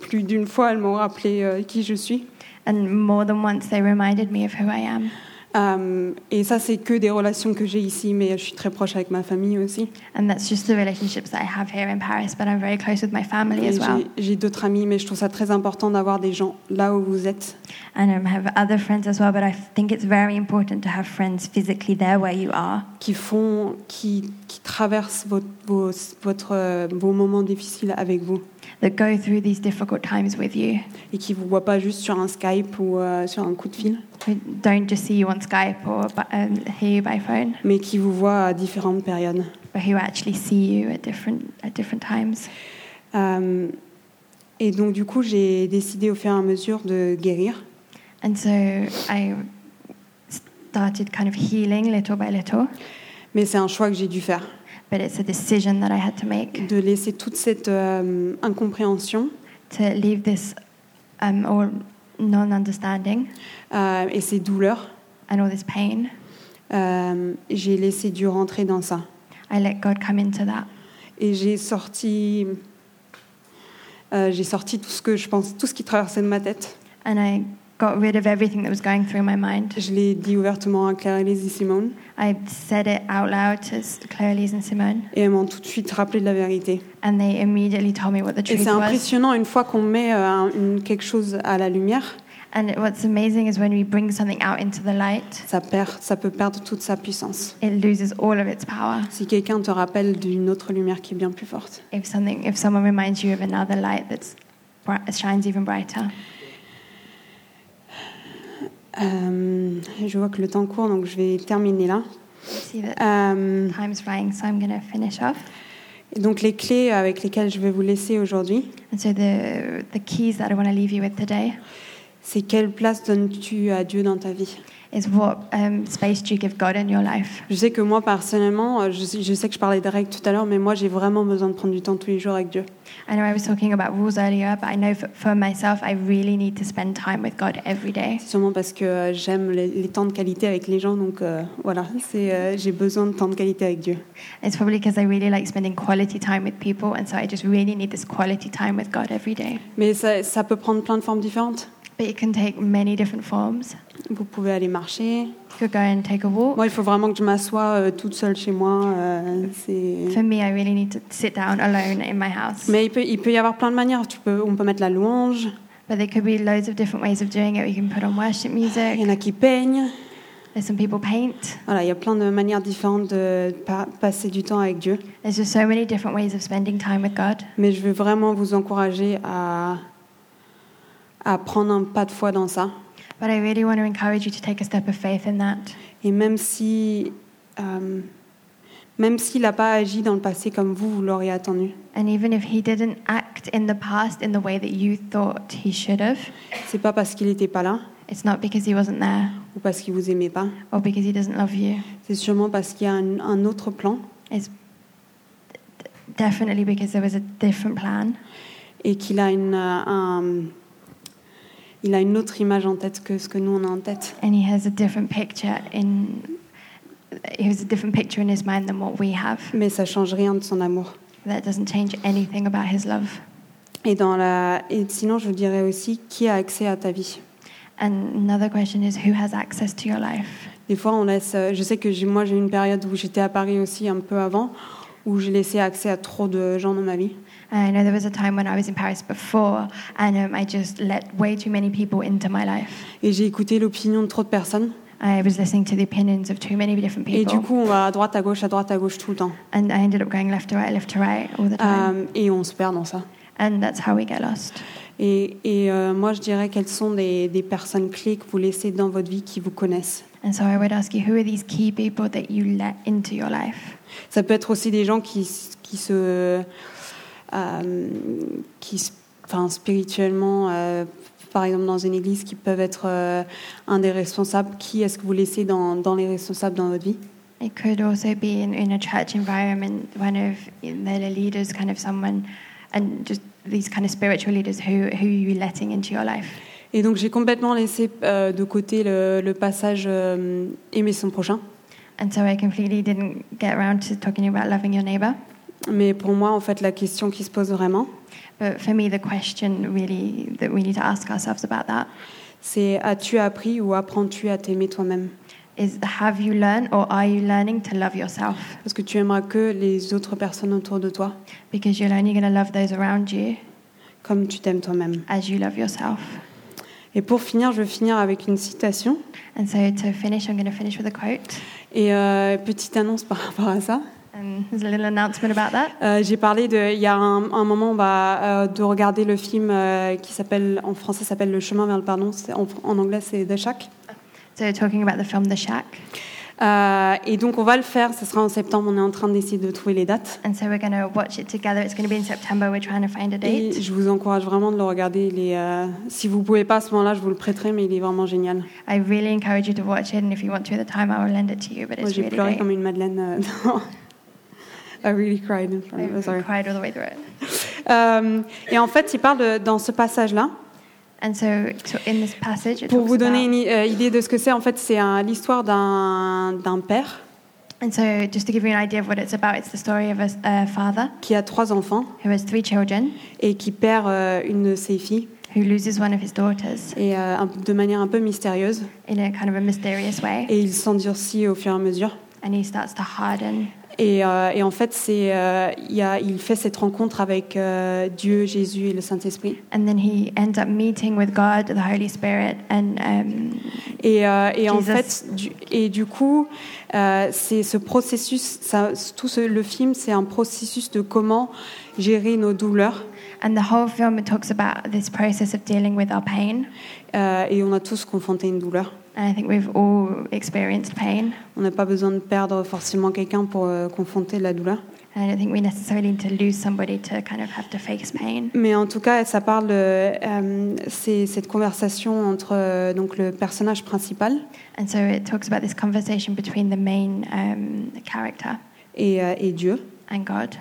plus d'une fois, elles m'ont rappelé euh, qui je suis.
And more than once, they reminded me of who I am.
Euh, et ça, c'est que des relations que j'ai ici, mais je suis très proche avec ma famille aussi.
And that's just the relationships that I have here in Paris, but I'm very close with my family
Et
as well.
J'ai j'ai d'autres amis, mais je trouve ça très important d'avoir des gens là où vous êtes.
And um, I have other friends as well, but I think it's very important to have friends physically there where you are,
qui font, qui, qui traversent votre, vos, votre, euh, vos moments difficiles avec vous
that go through these difficult times with you.
et qui vous voient pas juste sur un Skype ou euh, sur un coup de fil,
Who don't just see you on Skype or bu- um, hear you by phone,
mais qui vous voient à différentes périodes.
but who actually see you at different at different times.
Euh, et donc du coup, j'ai décidé au fur et à mesure de guérir.
And so I started kind of healing little by little,
Mais c'est un choix que j'ai dû faire,
but it's a decision that I had to make
de laisser toute cette euh, incompréhension
to leave this um, all non-understanding
euh, et ces douleurs.
and all this pain.
euh, j'ai laissé Dieu rentrer dans ça.
I let God come into that.
Et j'ai sorti, euh, j'ai sorti tout ce que je pense, tout ce qui traversait de ma tête.
and I got rid of everything that was going through my mind.
Je l'ai dit ouvertement à Claire Elise et Simone,
I said it out loud to S- Claire Elise and Simone,
et elles m'ont tout de suite rappelé de la vérité.
and they immediately told me what the
Et
truth
c'est
was.
impressionnant une fois qu'on met euh, un- une- quelque chose à la lumière,
And it- what's amazing is when we bring something out into the light,
ça perd, ça peut perdre toute sa puissance.
it loses all of its power.
Si quelqu'un te rappelle d'une autre lumière qui est bien plus forte.
If something, if someone reminds you of another light that shines even brighter.
Euh, je vois que le temps court, donc je vais terminer là.
I see that
Euh,
time's flying, so I'm going to finish off.
et donc les clés avec lesquelles je vais vous laisser aujourd'hui,
And so the the keys that I want to leave you with today
c'est quelle place donnes-tu à Dieu dans ta vie
is what um, space do you give God in your life?
Je sais que moi personnellement, euh, je sais, je sais que je parlais des règles tout à l'heure, mais moi j'ai vraiment besoin de prendre du temps tous les jours avec Dieu.
I know I was talking about rules earlier, but I know for, for myself, I really need to spend time with God every day.
C'est sûrement parce que euh, j'aime les, les temps de qualité avec les gens, donc euh, voilà, c'est euh, j'ai besoin de temps de qualité avec Dieu.
It's probably because I really like spending quality time with people, and so I just really need this quality time with God every day.
Mais ça, ça peut prendre plein de formes différentes.
But it can take many different forms.
Vous pouvez aller marcher.
You could go and take a walk.
Moi, il faut vraiment que je m'assoie euh, toute seule chez moi. euh, c'est-
For me, I really need to sit down alone in my house.
mais il peut, il peut y avoir plein de manières. Tu peux, on peut mettre la louange.
But there could be loads of different ways of doing it. You can put on worship
Il y
music.
en a qui peignent.
There's some people paint.
Voilà, il y a plein de manières différentes de pa- passer du temps avec Dieu.
There's just so many different ways of spending time with God.
Mais je veux vraiment vous encourager à, à prendre un pas de foi dans ça.
But I really want to encourage you to take a step of faith in that.
Et même si, euh, même s'il n'a pas agi dans le passé comme vous, vous l'auriez attendu.
And even if he didn't act in the past in the way that you thought he should have,
C'est pas parce qu'il n'était pas là
it's not because he wasn't there
ou parce qu'il vous aimait pas.
or because he doesn't love you.
C'est sûrement parce qu'il y a un, un autre plan
It's d- definitely because there was a different plan
et qu'il a une, euh, un- il a une autre image en tête que ce que nous on a en tête.
and he has a different picture in he has a different picture in his mind than what we have.
Mais ça change rien de son amour.
That doesn't change anything about his love.
Et dans la, et sinon je vous dirais aussi qui a accès à ta vie.
And another question is who has access to your life?
Des fois, on laisse. euh, Je sais que j'ai- moi, j'ai eu une période où j'étais à Paris aussi un peu avant, où j'ai laissé accès à trop de gens dans ma vie.
I know there was a time when I was in Paris before, and um, I just let way too many people into my life.
Et j'ai écouté l'opinion de trop de personnes.
I was listening to the opinions of too many different
Et du
people,
coup, on va à droite, à gauche, à droite, à gauche tout le temps.
and I ended up going left to right, left to right all the time,
Euh, et on se perd dans ça.
and that's how we get lost.
Et, et, euh, moi, je dirais quelles sont des, des personnes clés que vous laissez dans votre vie qui vous connaissent.
And so I would ask you, who are these key people that you let into your life?
Ça peut être aussi des gens qui, s- qui se. euh, qui, s- enfin, spirituellement, euh, par exemple dans une église, qui peuvent être euh, un des responsables. Qui est-ce que vous laissez dans, dans les responsables dans votre vie
It could also be in, in a church environment, one of the leaders, kind of someone, and just these kind of spiritual leaders who who are you letting into your life?
Et donc j'ai complètement laissé euh, de côté le, le passage euh, aimer son prochain.
And so I completely didn't get around to talking about loving your neighbor.
Mais pour moi, en fait, la question qui se pose vraiment,
But for me, the question really that we need to ask ourselves about that
c'est as-tu appris ou apprends-tu à t'aimer toi-même
is have you learned or are you learning to love yourself?
Parce que tu aimeras que les autres personnes autour de toi,
Because you're only going to love those around you
comme tu t'aimes toi-même.
as you love yourself.
Et pour finir, je vais finir avec une citation
And so to finish, I'm going to finish with a quote.
et euh, petite annonce par rapport à ça.
And there's a little announcement about that.
Euh, J'ai parlé de, il y a un, un moment bah, euh, de regarder le film euh, qui s'appelle, en français s'appelle Le chemin vers le pardon, C'est- en, en anglais c'est The Shack.
So talking about the film The Shack.
Euh, et donc on va le faire, ce sera en septembre, on est en train d'essayer de trouver les dates.
And so we're going to watch it together. It's going to be in September. We're trying to find a
Et
date.
je vous encourage vraiment de le regarder. Il est, euh, si vous pouvez pas à ce moment-là, je vous le prêterai, mais il est vraiment génial.
I really encourage you to watch it. And if you want to at the time, I will lend it to you. But
Moi
it's
j'ai
really
pleuré
great.
comme une madeleine. euh, dans- I really cried in front of her,
I
sorry.
cried all the way through it.
Euh, et en fait, il parle de- dans ce passage-là.
And so to- in this passage, it
Pour
talks
vous donner
about-
une i- euh, idée de ce que c'est, en fait, c'est un- l'histoire d'un d'un père
and so just to give you an idea of what it's about, it's the story of a s- a father
qui a trois enfants
who has three children
et qui perd euh, une de ses filles
who loses one of his daughters
et, euh, un- de manière un peu mystérieuse.
in a kind of a mysterious way,
Et il s'endurcit au fur et à mesure.
and he starts to harden.
Et, euh, et en fait, c'est, euh, il y a- il fait cette rencontre avec euh, Dieu, Jésus et le Saint-Esprit.
And then he ends up meeting with God, the Holy Spirit, and um,
Et, euh, et en
Jesus.
fait, du, et du coup, euh, c'est ce processus, ça, tout ce- le film, c'est un processus de comment gérer nos douleurs.
and the whole film talks about this process of dealing with our pain.
Euh, et on a tous confronté une douleur.
And I think we've all experienced pain.
On n'a pas besoin de perdre forcément quelqu'un pour euh, confronter la douleur.
And I don't think we necessarily need to lose somebody to kind of have to face pain.
Mais en tout cas, ça parle, euh, euh, c'est cette conversation entre euh, donc le personnage principal
And so it talks about this conversation between the main um, character
et, euh, et Dieu.
and God.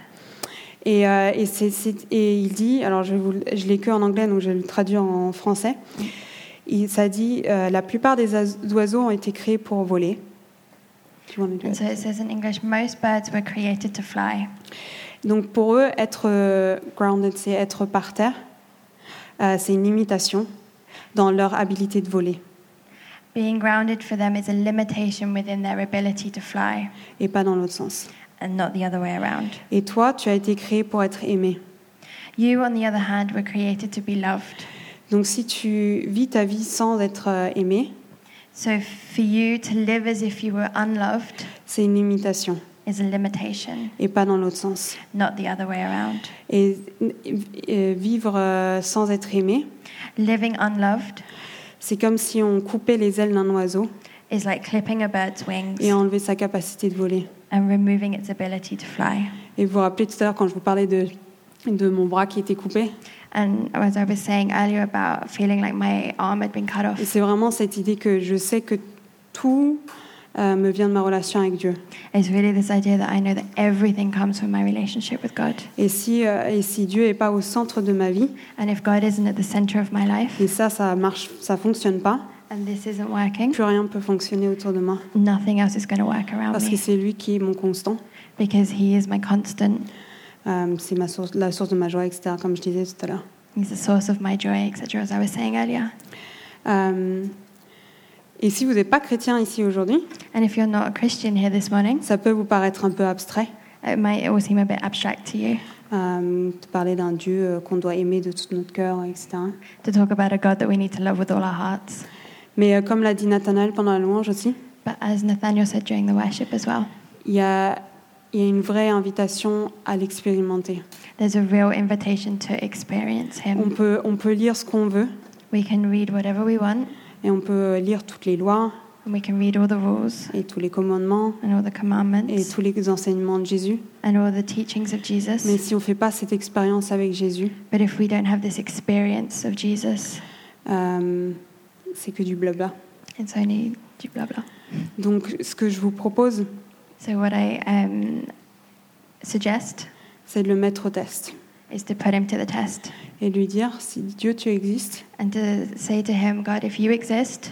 Et, euh, et, c'est- c'est- et il dit, alors je, vous- je l'ai que en anglais, donc je vais le traduire en français. Il, ça dit, euh, la plupart des oise- oiseaux ont été créés pour voler. Tu vois, on est
And so it says in English, most birds were created to fly.
Donc pour eux, être euh, grounded, c'est être par terre. Euh, c'est une limitation dans leur habilité de voler
Being grounded for them is a limitation within their ability to fly
et pas dans l'autre sens.
and not the other way around.
Et toi, tu as été créé pour être aimé.
You, on the other hand, were created to be loved.
Donc si tu vis ta vie sans être euh, aimé,
So for you to live as if you were unloved
c'est une limitation
is a limitation,
et pas dans l'autre sens.
not the other way around.
Et euh, vivre euh, sans être aimé,
Living unloved
c'est comme si on coupait les ailes d'un oiseau
is like clipping a bird's wings
et enlevait sa capacité de voler.
and removing its ability to fly.
Et vous vous rappelez tout à l'heure quand je vous parlais de, de mon bras qui était coupé
And as I was saying earlier about feeling like my arm had been cut
Et
off,
c'est vraiment cette idée que je sais que tout euh, me vient de ma relation avec Dieu.
it's really this idea that I know that everything comes from my relationship with God.
Et si, euh, et si Dieu n'est pas au centre de ma vie,
And if God isn't at the center of my life,
et ça, ça marche, ça fonctionne pas,
and this isn't working,
plus rien peut fonctionner autour de moi.
nothing else is going to work around
Parce que
me
c'est lui qui est mon constant,
because He is my constant.
euh, c'est ma source, la source de ma joie, etc., comme je disais tout à l'heure.
He's the source of my joy, etc., as I was saying earlier.
Euh, et si vous n'êtes pas chrétien ici aujourd'hui,
And if you're not a Christian here this morning,
ça peut vous paraître un peu abstrait
it might all seem a bit abstract to you
euh, de parler d'un Dieu euh, qu'on doit aimer de tout notre cœur, etc.
to talk about a God that we need to love with all our hearts.
Mais euh, comme l'a dit Nathanaël pendant la louange aussi,
But as Nathaniel said during the worship as well,
il y a, il y a une vraie invitation à l'expérimenter.
there's a real invitation to experience
On
Him.
peut, on peut lire ce qu'on veut
We can read whatever we want,
et on peut euh, lire toutes les lois
and we can read all the rules
et tous les commandements
and all the
et
commandments
tous les enseignements de Jésus.
and all the teachings of Jesus.
Mais si on ne fait pas cette expérience avec Jésus,
But if we don't have this experience of Jesus,
euh, c'est que du blabla.
it's only blah blah.
Donc ce que je vous propose,
So what I um, suggest
c'est de le mettre au test
is to put him to the test
et lui dire, si Dieu tu existes,
and to say to him, God, if you exist,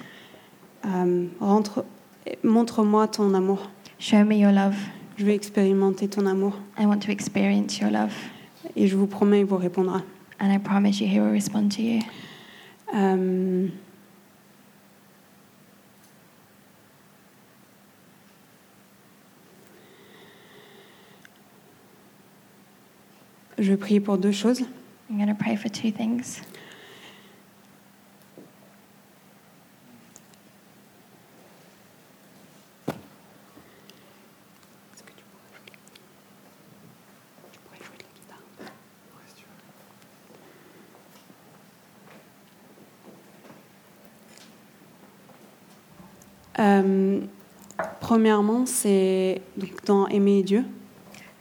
euh, rentre- montre-moi ton amour.
Show me your love.
Je vais expérimenter ton amour
I want to experience your love.
et je vous promets, il vous répondra.
And I promise you, he will respond to you.
Euh, Je vais prier pour deux choses.
I'm going to pray for two things.
Euh, premièrement, c'est donc dans aimer Dieu.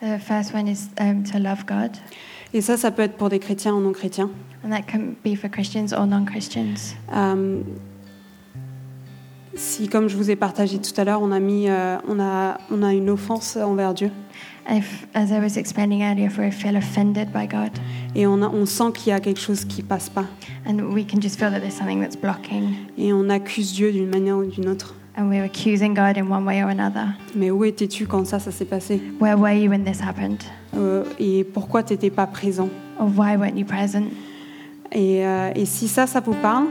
The first one is um, to love God,
Et ça, ça peut être pour des chrétiens ou non chrétiens.
and that can be for Christians or non Christians.
Euh, si, comme je vous ai partagé tout à l'heure, on a mis, euh, on a, on a une offense envers Dieu
If, as I was explaining earlier, if we feel offended by God,
et on, a- on sent qu'il y a quelque chose qui passe pas
and we can just feel that there's something that's blocking,
et on accuse Dieu d'une manière ou d'une autre.
and we're accusing God in one way or another.
Mais où étais-tu quand ça, ça s'est passé
Where were you when this happened?
Euh, Et pourquoi t'étais pas présent
Or why weren't you present?
et, euh, et si ça, ça vous parle,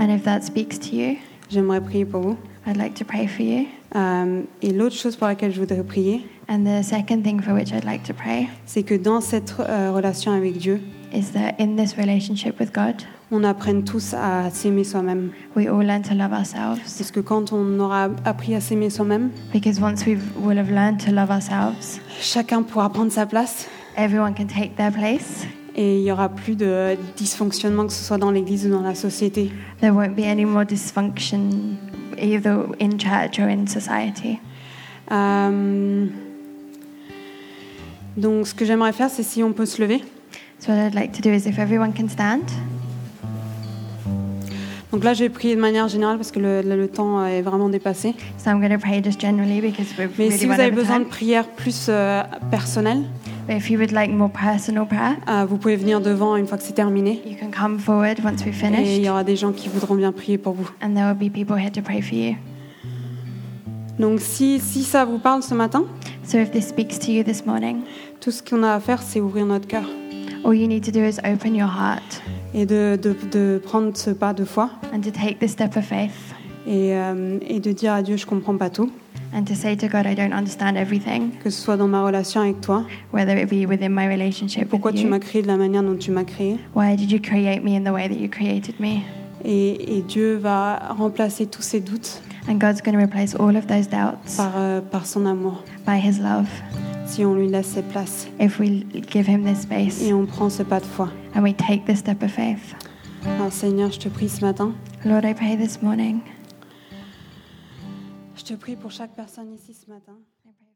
And if that speaks to you,
j'aimerais prier pour vous.
I'd like to pray for you.
Euh, et l'autre chose pour laquelle je voudrais prier,
And the second thing for which I'd like to pray
c'est que dans cette euh, relation avec Dieu,
is that in this relationship with God,
on apprenne tous à s'aimer soi-même.
we all learn to love ourselves.
Parce que quand on aura appris à s'aimer soi-même,
Because once we will have learned to love ourselves,
chacun pourra prendre sa place
everyone can take their place.
et il n'y aura plus de dysfonctionnement, que ce soit dans l'église ou dans la société.
There won't be any more dysfunction, either in church or in society.
Euh, donc, ce que j'aimerais faire, c'est si on peut se lever.
So, what I'd like to do is if everyone can stand,
Donc là, j'ai prié de manière générale parce que le, le- le temps est vraiment dépassé.
so I'm going to pray just generally because we've
Mais
really
si vous
run
avez
out of
besoin de
time.
prières plus euh, personnelles,
But if you would like more personal prayer,
euh, vous pouvez venir devant une fois que c'est terminé.
you can come forward once we've
Et il y
finished,
aura des gens qui voudront bien prier pour vous.
and there will be people here to pray for you.
Donc si, si ça vous parle ce matin,
So, if this speaks to you this morning,
tout ce qu'on a à faire, c'est ouvrir notre cœur
all you need to do is open your heart
et de, de- de prendre ce pas de foi
and to take the step of faith
et, euh, et de dire à Dieu, je comprends pas tout,
and to say to God, I don't understand everything,
que ce soit dans ma relation avec toi,
whether it be within my relationship
pourquoi
with
tu m'as
you.
créé de la manière dont tu m'as créé.
Why did you create me in the way that you created me?
Et, et Dieu va remplacer tous ces doutes
And God's going to replace all of those doubts
par, euh, par son amour,
by His love
si on lui laisse ses places
if we give Him this space
et on prend ce pas de foi.
and we take this step of faith.
Alors Seigneur, je te prie ce matin,
Lord, I pray this morning.
je te prie pour chaque personne ici ce matin.
I pray